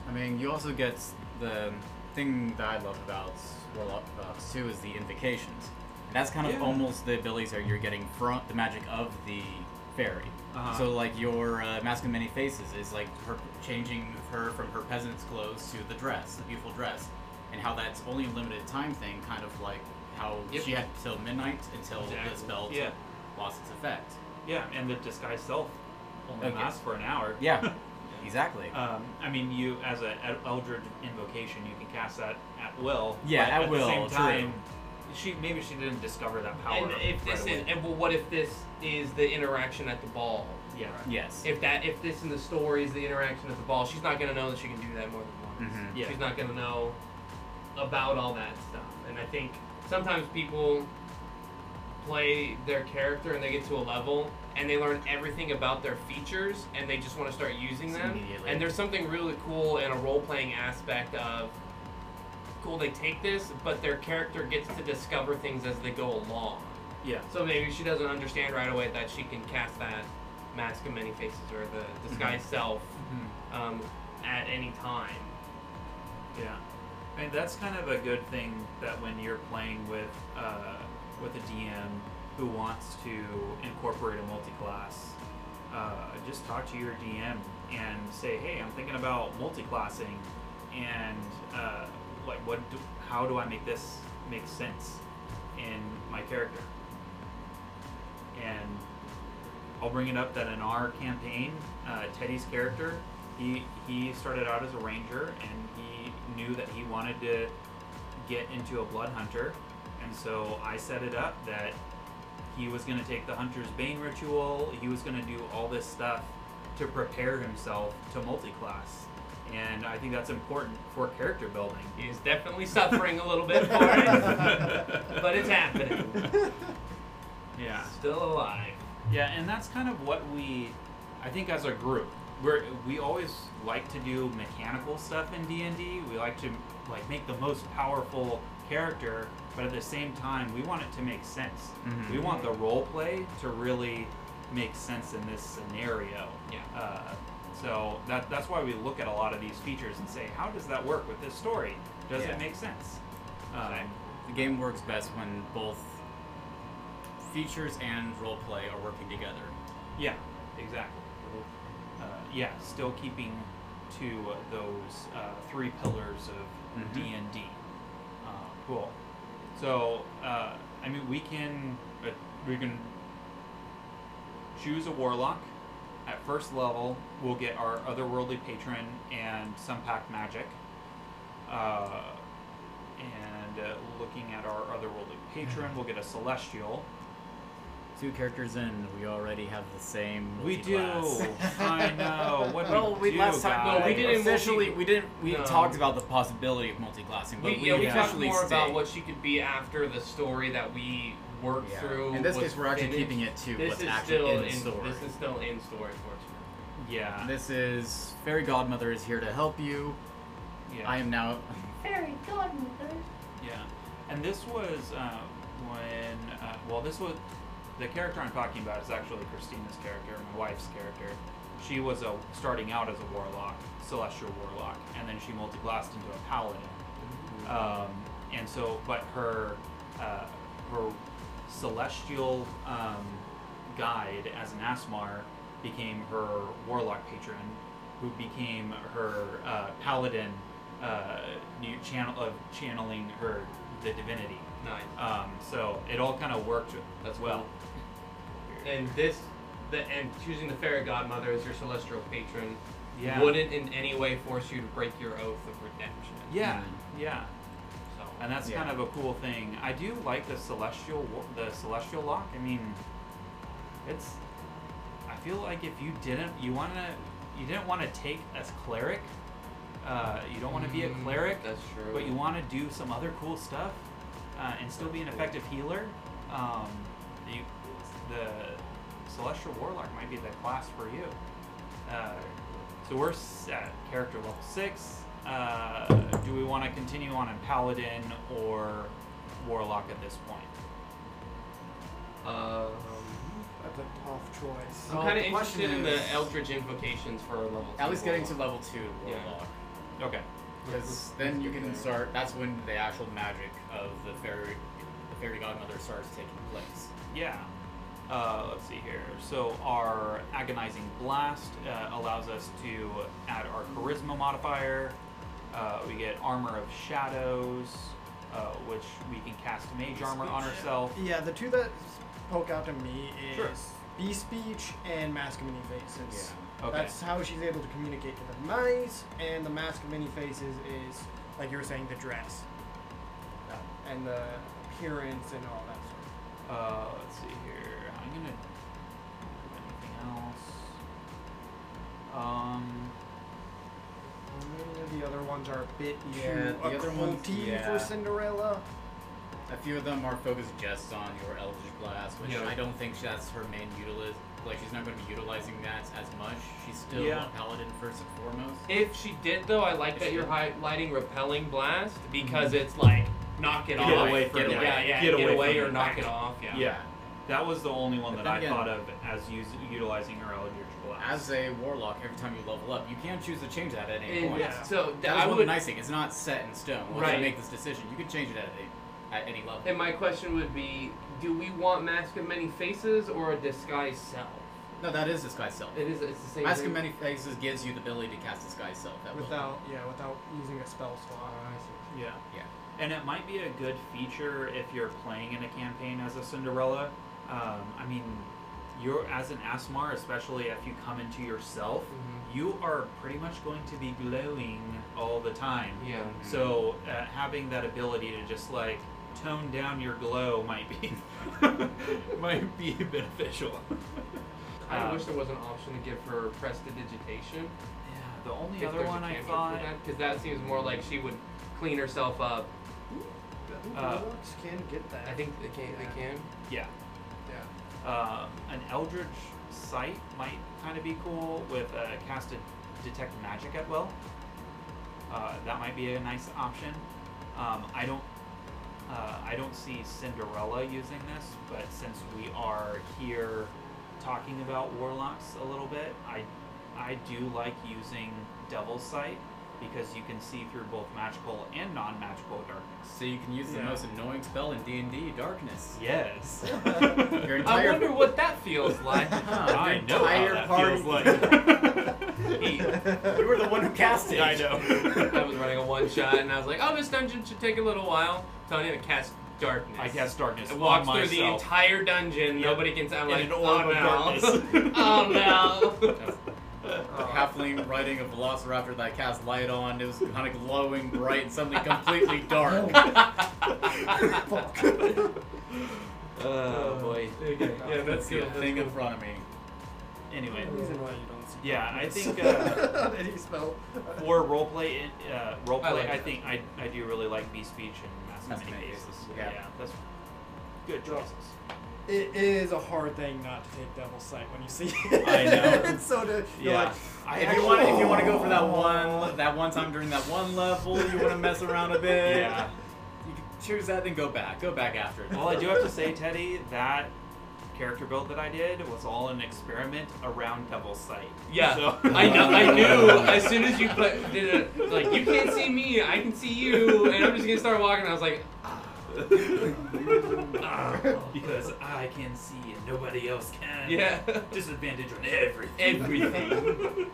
Speaker 2: I mean, you also get the thing that I love about Warlock Ops 2 is the invocations. And that's kind of
Speaker 5: Yeah.
Speaker 2: almost the abilities that you're getting from the magic of the fairy.
Speaker 5: Uh-huh.
Speaker 2: So, like, your uh, Mask of Many Faces is like her changing her from her peasant's clothes to the dress, the beautiful dress. And how that's only a limited time thing, kind of like how
Speaker 3: Yep.
Speaker 2: she had till midnight until
Speaker 3: Exactly.
Speaker 2: the spell
Speaker 5: Yeah.
Speaker 2: lost its effect.
Speaker 5: Yeah, and the disguise self only
Speaker 2: Okay.
Speaker 5: lasts for an hour.
Speaker 2: Yeah, exactly.
Speaker 5: Um, I mean, you as an Eldritch invocation, you can cast that at will.
Speaker 2: Yeah,
Speaker 5: but
Speaker 2: at
Speaker 5: at
Speaker 2: will,
Speaker 5: The same
Speaker 2: true.
Speaker 5: time, she maybe she didn't discover that power.
Speaker 3: And if this
Speaker 5: right
Speaker 3: is,
Speaker 5: away.
Speaker 3: and well, what if this is the interaction at the ball?
Speaker 5: yeah,
Speaker 2: yes.
Speaker 3: If that, if this in the story is the interaction at the ball, she's not gonna know that she can do that more than once.
Speaker 2: Mhm.
Speaker 5: Yeah.
Speaker 3: She's not gonna know about all that stuff. And I think sometimes people play their character and they get to a level and they learn everything about their features and they just want to start using
Speaker 2: Just
Speaker 3: them.
Speaker 2: immediately.
Speaker 3: And there's something really cool in a role playing aspect of cool they take this, but their character gets to discover things as they go along.
Speaker 5: yeah.
Speaker 3: So maybe she doesn't understand right away that she can cast that mask of many faces or the disguise
Speaker 2: Mm-hmm.
Speaker 3: self um, at any time.
Speaker 5: Yeah, and that's kind of a good thing that when you're playing with uh, with a DM who wants to incorporate a multi-class, uh, just talk to your DM and say, "Hey, I'm thinking about multi-classing, and uh, like, what? Do, how do I make this make sense in my character?" And I'll bring it up that in our campaign, uh, Teddy's character, he he started out as a ranger and he knew that he wanted to get into a blood hunter, and so I set it up that he was going to take the hunter's bane ritual. He was going to do all this stuff to prepare himself to multi-class, and I think that's important for character building.
Speaker 3: He's definitely suffering a little bit for it, but it's happening.
Speaker 5: Yeah.
Speaker 3: Still alive.
Speaker 5: Yeah, and that's kind of what we, I think, as a group, we're we always like to do mechanical stuff in D and D. We like to like make the most powerful character, but at the same time, we want it to make sense.
Speaker 2: Mhm.
Speaker 5: We want the role play to really make sense in this scenario.
Speaker 3: Yeah.
Speaker 5: Uh, so that that's why we look at a lot of these features and say, how does that work with this story? Does
Speaker 2: Yeah.
Speaker 5: it make sense? Um,
Speaker 2: The game works best when both features and roleplay are working together.
Speaker 5: Yeah, exactly. Uh, yeah, still keeping to those uh, three pillars of
Speaker 2: Mhm.
Speaker 5: D and D. Uh, Cool. So, uh, I mean, we can uh, we can choose a warlock. At first level, we'll get our otherworldly patron and some pack magic. Uh, and uh, looking at our otherworldly patron, we'll get a celestial.
Speaker 2: Two characters in, we already have the same.
Speaker 5: We do.
Speaker 2: multi-class.
Speaker 5: I know. What do
Speaker 2: Well,
Speaker 5: we
Speaker 2: we
Speaker 5: do,
Speaker 2: last time
Speaker 5: guys?
Speaker 3: No, we didn't-
Speaker 2: Officially, we didn't. We
Speaker 3: No.
Speaker 2: talked about the possibility of multi-classing, but
Speaker 3: We,
Speaker 2: we,
Speaker 3: yeah, we talked
Speaker 2: officially
Speaker 3: more about
Speaker 2: stayed.
Speaker 3: what she could be after the story that we worked
Speaker 2: Yeah.
Speaker 3: through.
Speaker 2: In this
Speaker 3: was
Speaker 2: case, we're actually
Speaker 3: finished.
Speaker 2: keeping it to
Speaker 3: This
Speaker 2: what's
Speaker 3: is
Speaker 2: actually
Speaker 3: still
Speaker 2: in the story.
Speaker 3: This is still in story, fortunately.
Speaker 5: Yeah.
Speaker 2: This is fairy godmother is here to help you.
Speaker 5: yeah.
Speaker 2: I am now.
Speaker 5: Yeah. And this was uh, when, uh, well, this was, the character I'm talking about is actually Christina's character, my wife's character. She was a, starting out as a warlock, celestial warlock, and then she multi-glassed into a paladin. Um, and so, but her, uh, her celestial um, guide as an Asmar became her warlock patron, who became her uh, paladin, uh, new channel of channeling her the divinity.
Speaker 3: Nice.
Speaker 5: Um, so it all kind of worked as
Speaker 3: That's
Speaker 5: well.
Speaker 3: And this, the and choosing the fairy godmother as your celestial patron
Speaker 5: Yeah.
Speaker 3: wouldn't in any way force you to break your oath of redemption.
Speaker 5: Yeah, yeah.
Speaker 3: So
Speaker 5: and that's
Speaker 2: Yeah.
Speaker 5: kind of a cool thing. I do like the celestial wa- the celestial lock. I mean, it's. I feel like if you didn't you wanna you didn't want to take as cleric, uh, you don't want to be a
Speaker 3: Mm,
Speaker 5: cleric,
Speaker 3: That's true.
Speaker 5: but you want to do some other cool stuff uh, and still be an effective healer. Um, you, the celestial warlock might be the class for you. Uh, so we're s- at character level six. Uh, do we want to continue on in paladin or warlock at this point?
Speaker 3: Um,
Speaker 6: That's a tough choice.
Speaker 3: I'm
Speaker 2: Well,
Speaker 3: kind of
Speaker 2: the question
Speaker 3: interested in
Speaker 2: is-
Speaker 3: the eldritch invocations for level.
Speaker 2: At
Speaker 3: two
Speaker 2: least getting to
Speaker 3: warlock.
Speaker 2: level two
Speaker 3: Yeah.
Speaker 2: warlock,
Speaker 5: Okay.
Speaker 2: because then you can start. That's when the actual magic of the fairy, the fairy godmother starts taking place.
Speaker 5: Yeah. Uh, let's see here. So our agonizing blast uh, allows us to add our charisma modifier. Uh, we get armor of shadows, uh, which we can cast mage armor on ourselves.
Speaker 6: Yeah, the two that poke out to me is
Speaker 5: Sure.
Speaker 6: bee speech and mask of many faces.
Speaker 5: Okay.
Speaker 6: That's how she's able to communicate to the mice, and the mask of many faces is, like you were saying, the dress Uh, and the appearance and all that sort of
Speaker 5: Uh, let's see here. I'm gonna. Anything else? Um.
Speaker 6: Mm, The other ones are a bit
Speaker 2: Yeah,
Speaker 6: too
Speaker 2: the other ones-
Speaker 6: occulty
Speaker 2: yeah.
Speaker 6: for Cinderella.
Speaker 2: A few of them are focused just on your Eldritch Blast, which
Speaker 3: Yeah.
Speaker 2: I don't think that's her main utilize. Like, she's not going to be utilizing that as much. She's still
Speaker 5: Yeah.
Speaker 2: a paladin first and foremost.
Speaker 3: If she did though, I like
Speaker 2: If
Speaker 3: that
Speaker 2: she Mm-hmm.
Speaker 3: you're
Speaker 2: did.
Speaker 3: highlighting repelling blast because it's like knock it
Speaker 5: Get
Speaker 3: off.
Speaker 5: away
Speaker 2: from it.
Speaker 3: Yeah, yeah,
Speaker 5: Get
Speaker 3: get,
Speaker 5: away
Speaker 3: away
Speaker 5: from
Speaker 3: or
Speaker 5: it.
Speaker 3: knock it off. Yeah.
Speaker 5: That was the only one
Speaker 2: But then
Speaker 5: that I
Speaker 2: again-
Speaker 5: thought of as us- utilizing her Eldritch Blast.
Speaker 2: As a warlock, every time you level up, you can choose to change that at any
Speaker 3: And
Speaker 2: point.
Speaker 5: yeah.
Speaker 3: so th-
Speaker 2: That was
Speaker 3: I
Speaker 2: one
Speaker 3: would.
Speaker 2: nice thing. It's not set in stone. Once
Speaker 3: Right.
Speaker 2: you make this decision, you can change it at any, at any level.
Speaker 3: And my question would be, do we want mask of many faces or a disguise self?
Speaker 2: no, that is disguise self.
Speaker 3: It is. It's the same.
Speaker 2: Mask
Speaker 3: thing.
Speaker 2: of Many Faces gives you the ability to cast disguise self. At will.
Speaker 6: Without, yeah, without using a spell
Speaker 3: Oh,
Speaker 6: slot.
Speaker 3: I see.
Speaker 5: Yeah.
Speaker 2: Yeah.
Speaker 5: And it might be a good feature if you're playing in a campaign as a Cinderella. Um, I mean, you're as an Asmar, especially if you come into yourself, you are pretty much going to be glowing all the time.
Speaker 3: Yeah.
Speaker 5: So uh, having that ability to just like tone down your glow might be might be beneficial.
Speaker 3: I
Speaker 5: Um,
Speaker 3: wish there was an option to give her prestidigitation.
Speaker 5: Yeah, the only
Speaker 3: if
Speaker 5: other
Speaker 3: there's a
Speaker 5: one I
Speaker 3: cantrip for
Speaker 5: thought
Speaker 3: that, Because that seems more like she would clean herself up.
Speaker 5: uh,
Speaker 6: Warlocks can get that.
Speaker 3: I think they can. They can.
Speaker 5: yeah.
Speaker 3: Yeah.
Speaker 5: Uh, an Eldritch Sight might kind of be cool with uh, cast to detect magic at will. Uh, that might be a nice option. Um, I don't, uh, I don't see Cinderella using this, but since we are here talking about warlocks a little bit, I, I do like using Devil's Sight because you can see through both magical and non-magical darkness.
Speaker 2: So you can use the
Speaker 6: Yeah.
Speaker 2: most annoying spell in D and D, darkness.
Speaker 5: Yes.
Speaker 2: Your
Speaker 3: I
Speaker 2: entire
Speaker 3: wonder what that feels like.
Speaker 5: I
Speaker 2: Your
Speaker 5: know how
Speaker 2: entire
Speaker 5: that
Speaker 2: party-
Speaker 5: feels like.
Speaker 2: you were the one who cast it.
Speaker 5: I know.
Speaker 3: I was running a one shot, and I was like, "Oh, this dungeon should take a little while." Tanya to cast darkness.
Speaker 5: I cast darkness.
Speaker 3: It
Speaker 5: on
Speaker 3: walks through the
Speaker 5: myself.
Speaker 3: entire dungeon.
Speaker 5: Yep.
Speaker 3: Nobody can. I'm
Speaker 5: In
Speaker 3: like,
Speaker 5: an orb
Speaker 3: "Oh
Speaker 5: of
Speaker 3: no,
Speaker 5: darkness."
Speaker 3: oh no."
Speaker 2: A halfling riding a velociraptor that I cast light on. It was kind of glowing bright and suddenly completely dark. Uh,
Speaker 3: Oh boy.
Speaker 2: yeah, that's the
Speaker 3: good.
Speaker 2: thing in front of me.
Speaker 5: Anyway,
Speaker 4: reason why you don't see
Speaker 5: yeah, I think uh,
Speaker 4: any spell.
Speaker 5: for roleplay, in- uh, roleplay, I,
Speaker 3: I like that.
Speaker 5: think I, I do really like B speech and mass
Speaker 2: Mass
Speaker 5: communications.
Speaker 2: communications,
Speaker 5: Yeah.
Speaker 2: yeah.
Speaker 5: that's good choices.
Speaker 6: It is a hard thing not to take Devil's Sight when you see it.
Speaker 5: I know.
Speaker 6: It's so to, you're
Speaker 5: Yeah,
Speaker 6: like,
Speaker 5: I
Speaker 2: if you
Speaker 5: actually-
Speaker 2: want, if you want to go for that one, that one time during that one level, you want to mess around a bit.
Speaker 5: yeah.
Speaker 2: You can choose that, then go back. Go back after it.
Speaker 5: Well, I do have to say, Teddy, that character build that I did was all an experiment around Devil's Sight.
Speaker 3: Yeah,
Speaker 5: So-
Speaker 3: I know. I knew as soon as you put did it, like you can't see me, I can see you, and I'm just gonna start walking. I was like, "Ah."
Speaker 5: because I can see and nobody else can.
Speaker 3: yeah,
Speaker 5: Disadvantage on everything.
Speaker 3: everything.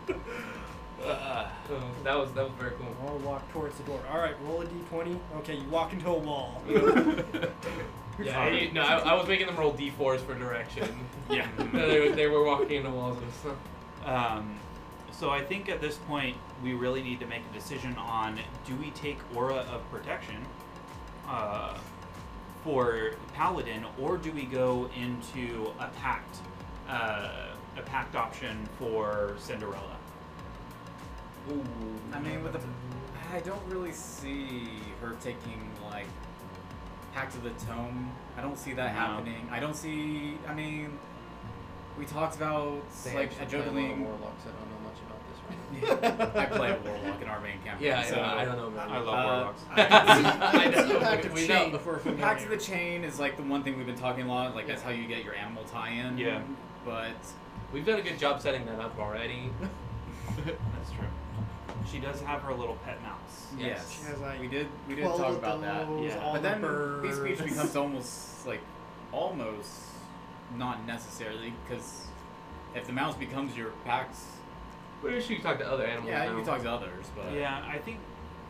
Speaker 3: Uh, oh, that was that was very cool.
Speaker 6: I'll walk towards the door. All right, roll a d20. Okay, you walk into a wall.
Speaker 3: Yeah, I- no, I, I was making them roll d4s for direction.
Speaker 5: Yeah.
Speaker 3: they, they were walking into walls and stuff.
Speaker 5: Um, so I think at this point we really need to make a decision on do we take aura of protection uh, for paladin or do we go into a pact uh, a pact option for Cinderella?
Speaker 2: I mean, with the, I don't really see her taking like Pact of the Tome. I don't see that
Speaker 5: No.
Speaker 2: happening. I don't see. I mean, we talked about like a juggling.
Speaker 3: warlocks. I don't know much about this right
Speaker 2: I play a warlock in our main campaign.
Speaker 3: Yeah,
Speaker 2: so.
Speaker 3: I, I don't know about
Speaker 5: I
Speaker 3: it.
Speaker 5: love
Speaker 2: Uh,
Speaker 5: warlocks.
Speaker 2: I
Speaker 4: Let's see
Speaker 2: know,
Speaker 4: Pact of
Speaker 2: we
Speaker 4: Chain
Speaker 2: know.
Speaker 4: if we're familiar.
Speaker 2: Pact of the Chain is like the one thing we've been talking a lot. Like that's how you get your animal tie-in.
Speaker 5: Yeah.
Speaker 2: But
Speaker 3: We've done a good job setting that up already.
Speaker 5: That's true. She does have her little pet mouse.
Speaker 2: yes,
Speaker 4: She has, like,
Speaker 2: we did. We did
Speaker 4: 12
Speaker 2: talk
Speaker 4: of
Speaker 2: about that.
Speaker 4: those,
Speaker 5: Yeah.
Speaker 4: all
Speaker 2: But then
Speaker 4: the
Speaker 2: free speech
Speaker 4: birds.
Speaker 2: becomes almost like almost not necessarily because if the mouse becomes your packs,
Speaker 3: What if you talk to other animals?
Speaker 2: yeah, you
Speaker 3: now?
Speaker 2: can talk to others, but
Speaker 5: Yeah, I think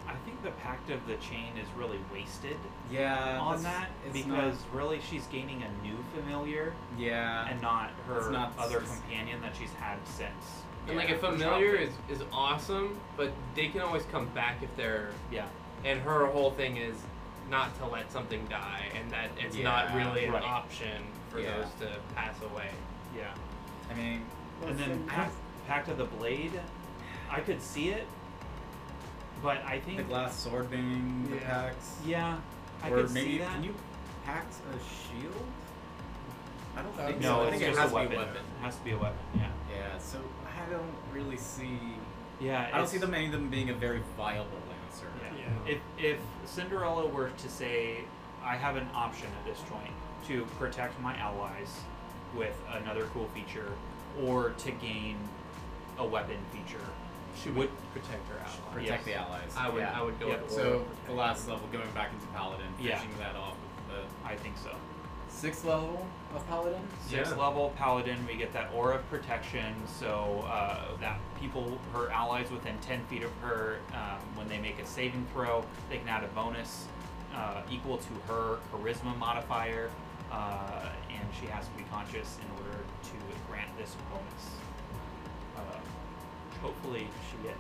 Speaker 5: I think the pact of the chain is really wasted
Speaker 2: yeah,
Speaker 5: on
Speaker 2: that's-
Speaker 5: that
Speaker 2: it's
Speaker 5: because really she's gaining a new familiar
Speaker 2: not, yeah,
Speaker 5: and not her
Speaker 2: It's not-
Speaker 5: other
Speaker 2: it's-
Speaker 5: companion that she's had since.
Speaker 3: And like
Speaker 2: Yeah,
Speaker 3: a familiar
Speaker 5: childhood.
Speaker 3: is, is awesome, but they can always come back if they're.
Speaker 5: Yeah.
Speaker 3: And her whole thing is not to let something die, and that it's not
Speaker 2: Yeah,
Speaker 3: really an
Speaker 5: right.
Speaker 3: option for
Speaker 2: Yeah.
Speaker 3: those to pass away.
Speaker 5: Yeah.
Speaker 2: I mean,
Speaker 5: And then Pact, Pact of the Blade, I could see it, but I think
Speaker 2: the glass sword being the packs,
Speaker 5: yeah, I
Speaker 2: or
Speaker 5: could
Speaker 2: maybe
Speaker 5: see that.
Speaker 2: can you pact a shield? I don't
Speaker 4: Uh,
Speaker 2: think
Speaker 5: no,
Speaker 2: so. I
Speaker 5: it's
Speaker 2: think
Speaker 5: just
Speaker 2: it has
Speaker 5: a weapon.
Speaker 2: to be a weapon.
Speaker 5: It has to be a weapon. Yeah.
Speaker 2: Yeah, so I don't really see.
Speaker 5: Yeah.
Speaker 2: I don't
Speaker 5: it's-
Speaker 2: see them any of them being a very viable answer.
Speaker 5: Yeah. If if Cinderella were to say, I have an option at this point to protect my allies with another cool feature, or to gain a weapon feature,
Speaker 3: She would protect her ally.
Speaker 2: Protect the
Speaker 5: Yes.
Speaker 2: allies.
Speaker 3: I would.
Speaker 2: Yeah.
Speaker 3: I would go.
Speaker 5: Yeah,
Speaker 3: with
Speaker 2: So
Speaker 3: order.
Speaker 2: the last level, going back into paladin,
Speaker 5: Yeah.
Speaker 2: finishing that off with the
Speaker 5: I think so.
Speaker 2: sixth level of paladin.
Speaker 5: Sixth
Speaker 3: Yeah.
Speaker 5: level paladin, we get that aura of protection, so uh, that people, her allies within 10 feet of her, um, when they make a saving throw, they can add a bonus uh, equal to her charisma modifier, uh, and she has to be conscious in order to grant this bonus. Uh, hopefully she is.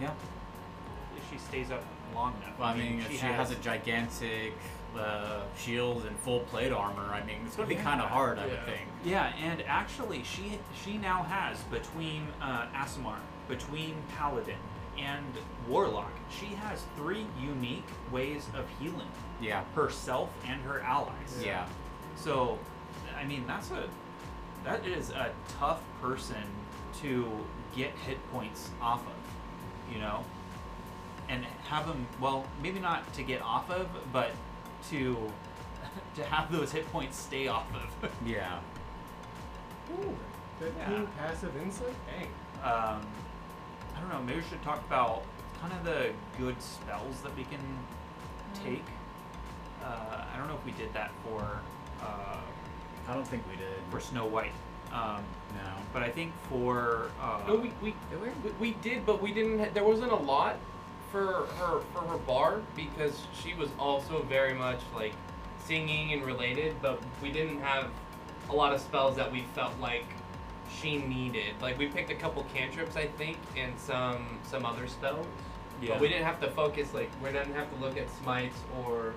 Speaker 2: Yeah.
Speaker 5: Hopefully she stays up long enough.
Speaker 2: Well, I mean, if she, has, a gigantic uh, shield and full plate armor, I mean, it's going to be
Speaker 5: Yeah.
Speaker 2: kind of hard, I
Speaker 3: Yeah.
Speaker 2: would think.
Speaker 5: Yeah, and actually, she she now has between uh, Asimar, between Paladin, and Warlock, she has three unique ways of healing
Speaker 2: Yeah.
Speaker 5: herself and her allies.
Speaker 2: Yeah.
Speaker 5: So, I mean, that's a that is a tough person to get hit points off of, you know, and have them. Well, maybe not to get off of, but to to have those hit points stay off of.
Speaker 2: Yeah.
Speaker 7: Ooh, 15
Speaker 5: Yeah.
Speaker 7: passive insight? Dang.
Speaker 5: um, I don't know. Maybe we should talk about kind of the good spells that we can take. Uh, I don't know if we did that for uh,
Speaker 2: I don't think we did.
Speaker 5: for Snow White, um,
Speaker 2: No.
Speaker 5: but I think for uh,
Speaker 3: No, Oh, we, we, we, we did, but we didn't. ha- There wasn't a lot for her for her bar because she was also very much like singing and related, but we didn't have a lot of spells that we felt like she needed. Like we picked a couple cantrips, I think, and some some other spells.
Speaker 5: yeah.
Speaker 3: But we didn't have to focus. Like we didn't have to look at smites or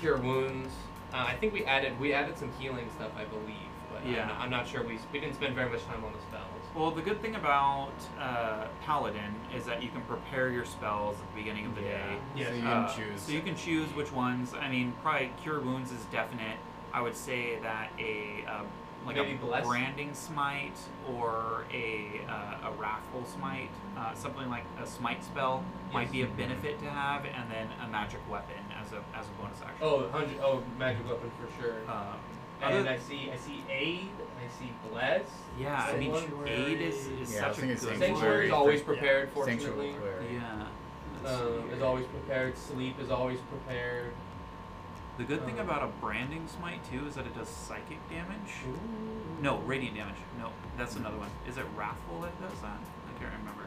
Speaker 3: cure wounds. Uh, I think we added we added some healing stuff, I believe. But I'm
Speaker 5: Yeah.
Speaker 3: not, I'm not sure we we didn't spend very much time on the spells.
Speaker 5: Well, the good thing about uh, Paladin is that you can prepare your spells at the beginning of the day.
Speaker 3: Yeah.
Speaker 2: So you
Speaker 5: Uh,
Speaker 2: can choose.
Speaker 5: So you can choose which ones. I mean, probably Cure Wounds is definite. I would say that a uh, like
Speaker 3: Maybe
Speaker 5: a
Speaker 3: Bless?
Speaker 5: branding smite or a uh, a wrathful smite, uh, something like a smite spell
Speaker 3: Yes.
Speaker 5: might be a benefit to have, and then a magic weapon as a as a bonus action.
Speaker 3: Oh, 100 oh, magic weapon for sure.
Speaker 5: Um,
Speaker 3: and
Speaker 5: other-
Speaker 3: I see, I see aid. I see bless.
Speaker 5: yeah, I mean, aid is, is
Speaker 2: Yeah, I was
Speaker 5: such a
Speaker 2: thinking
Speaker 5: good
Speaker 2: Sanctuary.
Speaker 3: Sanctuary is always prepared.
Speaker 2: Sanctuary.
Speaker 3: Fortunately,
Speaker 5: word. Yeah. Let's
Speaker 3: um,
Speaker 5: see
Speaker 3: is
Speaker 5: here.
Speaker 3: always prepared. Sleep is always prepared.
Speaker 5: The good thing
Speaker 3: Um,
Speaker 5: about a branding smite too is that it does psychic damage. No, radiant damage. No, that's another one. Is it Wrathful that does that? I can't remember.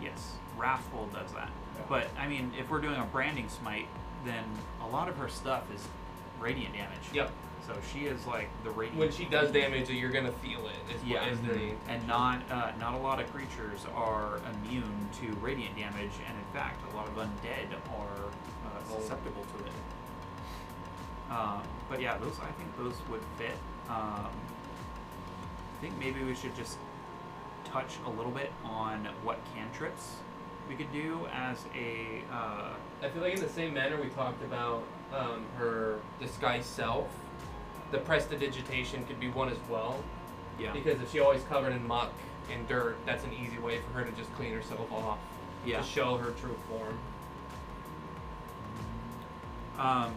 Speaker 5: Yes, Wrathful does that. But I mean, if we're doing a branding smite, then a lot of her stuff is radiant damage.
Speaker 3: Yep.
Speaker 5: So she is like the radiant.
Speaker 3: When she does damage, you're gonna feel it. Is
Speaker 5: Yeah.
Speaker 3: What is the,
Speaker 5: and not uh, not a lot of creatures are immune to radiant damage, and in fact, a lot of undead are uh, susceptible to it. Um, but yeah, those I think those would fit. Um, I think maybe we should just touch a little bit on what cantrips we could do as a uh,
Speaker 3: I feel like in the same manner we talked about um, her disguised self. The prestidigitation could be one as well,
Speaker 5: yeah
Speaker 3: because if she always covered in muck and dirt, that's an easy way for her to just clean herself off
Speaker 5: yeah.
Speaker 3: to show her true form.
Speaker 5: Um,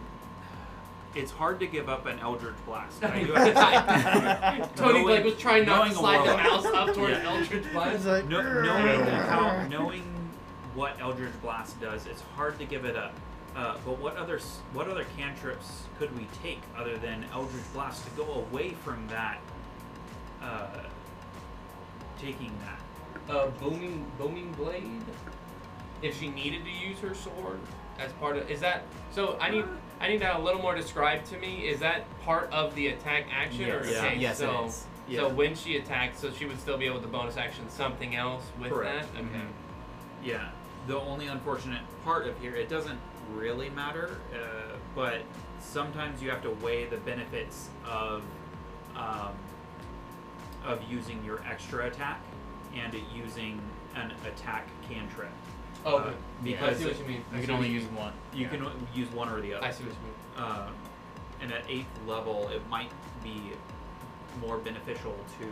Speaker 5: it's hard to give up an Eldritch Blast. I do have to say.
Speaker 3: Tony
Speaker 5: Knowing-
Speaker 3: like was trying not
Speaker 5: knowing
Speaker 3: to
Speaker 5: a
Speaker 3: slide the
Speaker 5: warlock.
Speaker 3: mouse up towards
Speaker 5: Yeah.
Speaker 3: Eldritch Blast.
Speaker 6: like,
Speaker 5: No, knowing how, knowing what Eldritch Blast does, it's hard to give it up. Uh, but what other s- what other cantrips could we take other than Eldritch Blast to go away from that? Uh, taking that.
Speaker 3: Uh, booming, booming blade. If she needed to use her sword as part of, is that so? I need, I need that a little more described to me. Is that part of the attack action or
Speaker 2: Yes.
Speaker 3: okay?
Speaker 2: Yes, it
Speaker 3: so,
Speaker 2: is.
Speaker 5: Yeah.
Speaker 3: so when she attacks, so she would still be able to bonus action something else with
Speaker 5: Correct.
Speaker 3: that. Okay.
Speaker 5: Mhm. Yeah. The only unfortunate part of here, it doesn't really matter, uh, but sometimes you have to weigh the benefits of um, of using your extra attack and it using an attack cantrip.
Speaker 3: Oh,
Speaker 5: Uh,
Speaker 3: okay.
Speaker 5: because
Speaker 3: yeah, I see what you mean. I
Speaker 2: You
Speaker 3: see
Speaker 2: can
Speaker 3: what
Speaker 2: only
Speaker 3: you
Speaker 2: use one.
Speaker 5: You
Speaker 2: Yeah.
Speaker 5: can o- use one or the
Speaker 3: I
Speaker 5: other.
Speaker 3: see what you mean.
Speaker 5: Um, and at eighth level, it might be more beneficial to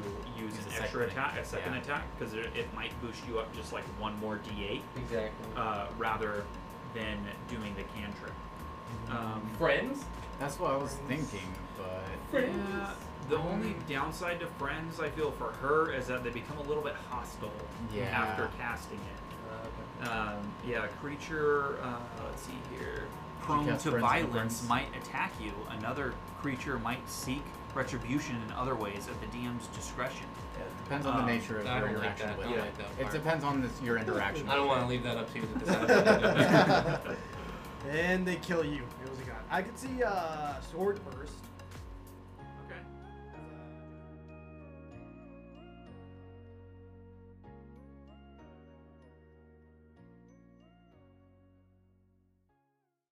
Speaker 2: Use
Speaker 5: use an
Speaker 2: a
Speaker 5: extra
Speaker 2: second
Speaker 5: attack, a
Speaker 2: attack,
Speaker 5: second
Speaker 2: yeah.
Speaker 5: attack, because it, it might boost you up just like one more d8
Speaker 3: Exactly.
Speaker 5: uh, rather than doing the cantrip.
Speaker 2: Mm-hmm.
Speaker 5: Um,
Speaker 3: Friends.
Speaker 2: That's what I was thinking, but
Speaker 5: yeah, the only downside to friends I feel for her is that they become a little bit hostile
Speaker 2: Yeah.
Speaker 5: after casting it. Um, yeah, creature. Uh, let's see here. Prone
Speaker 2: cast
Speaker 5: to
Speaker 2: friends on
Speaker 5: violence
Speaker 2: friends.
Speaker 5: might attack you. Another creature might seek retribution in other ways at the DM's discretion.
Speaker 2: it depends on
Speaker 5: Um,
Speaker 2: the nature of
Speaker 3: I
Speaker 2: your
Speaker 3: don't like
Speaker 2: interaction
Speaker 3: that. I
Speaker 2: with
Speaker 3: don't
Speaker 2: it.
Speaker 3: like that.
Speaker 2: It
Speaker 3: part.
Speaker 2: depends on this, your interaction.
Speaker 3: I
Speaker 2: with
Speaker 3: don't want
Speaker 2: it.
Speaker 3: to leave that up to you to decide.
Speaker 6: and they kill you. It was a guy. I could see uh, sword burst.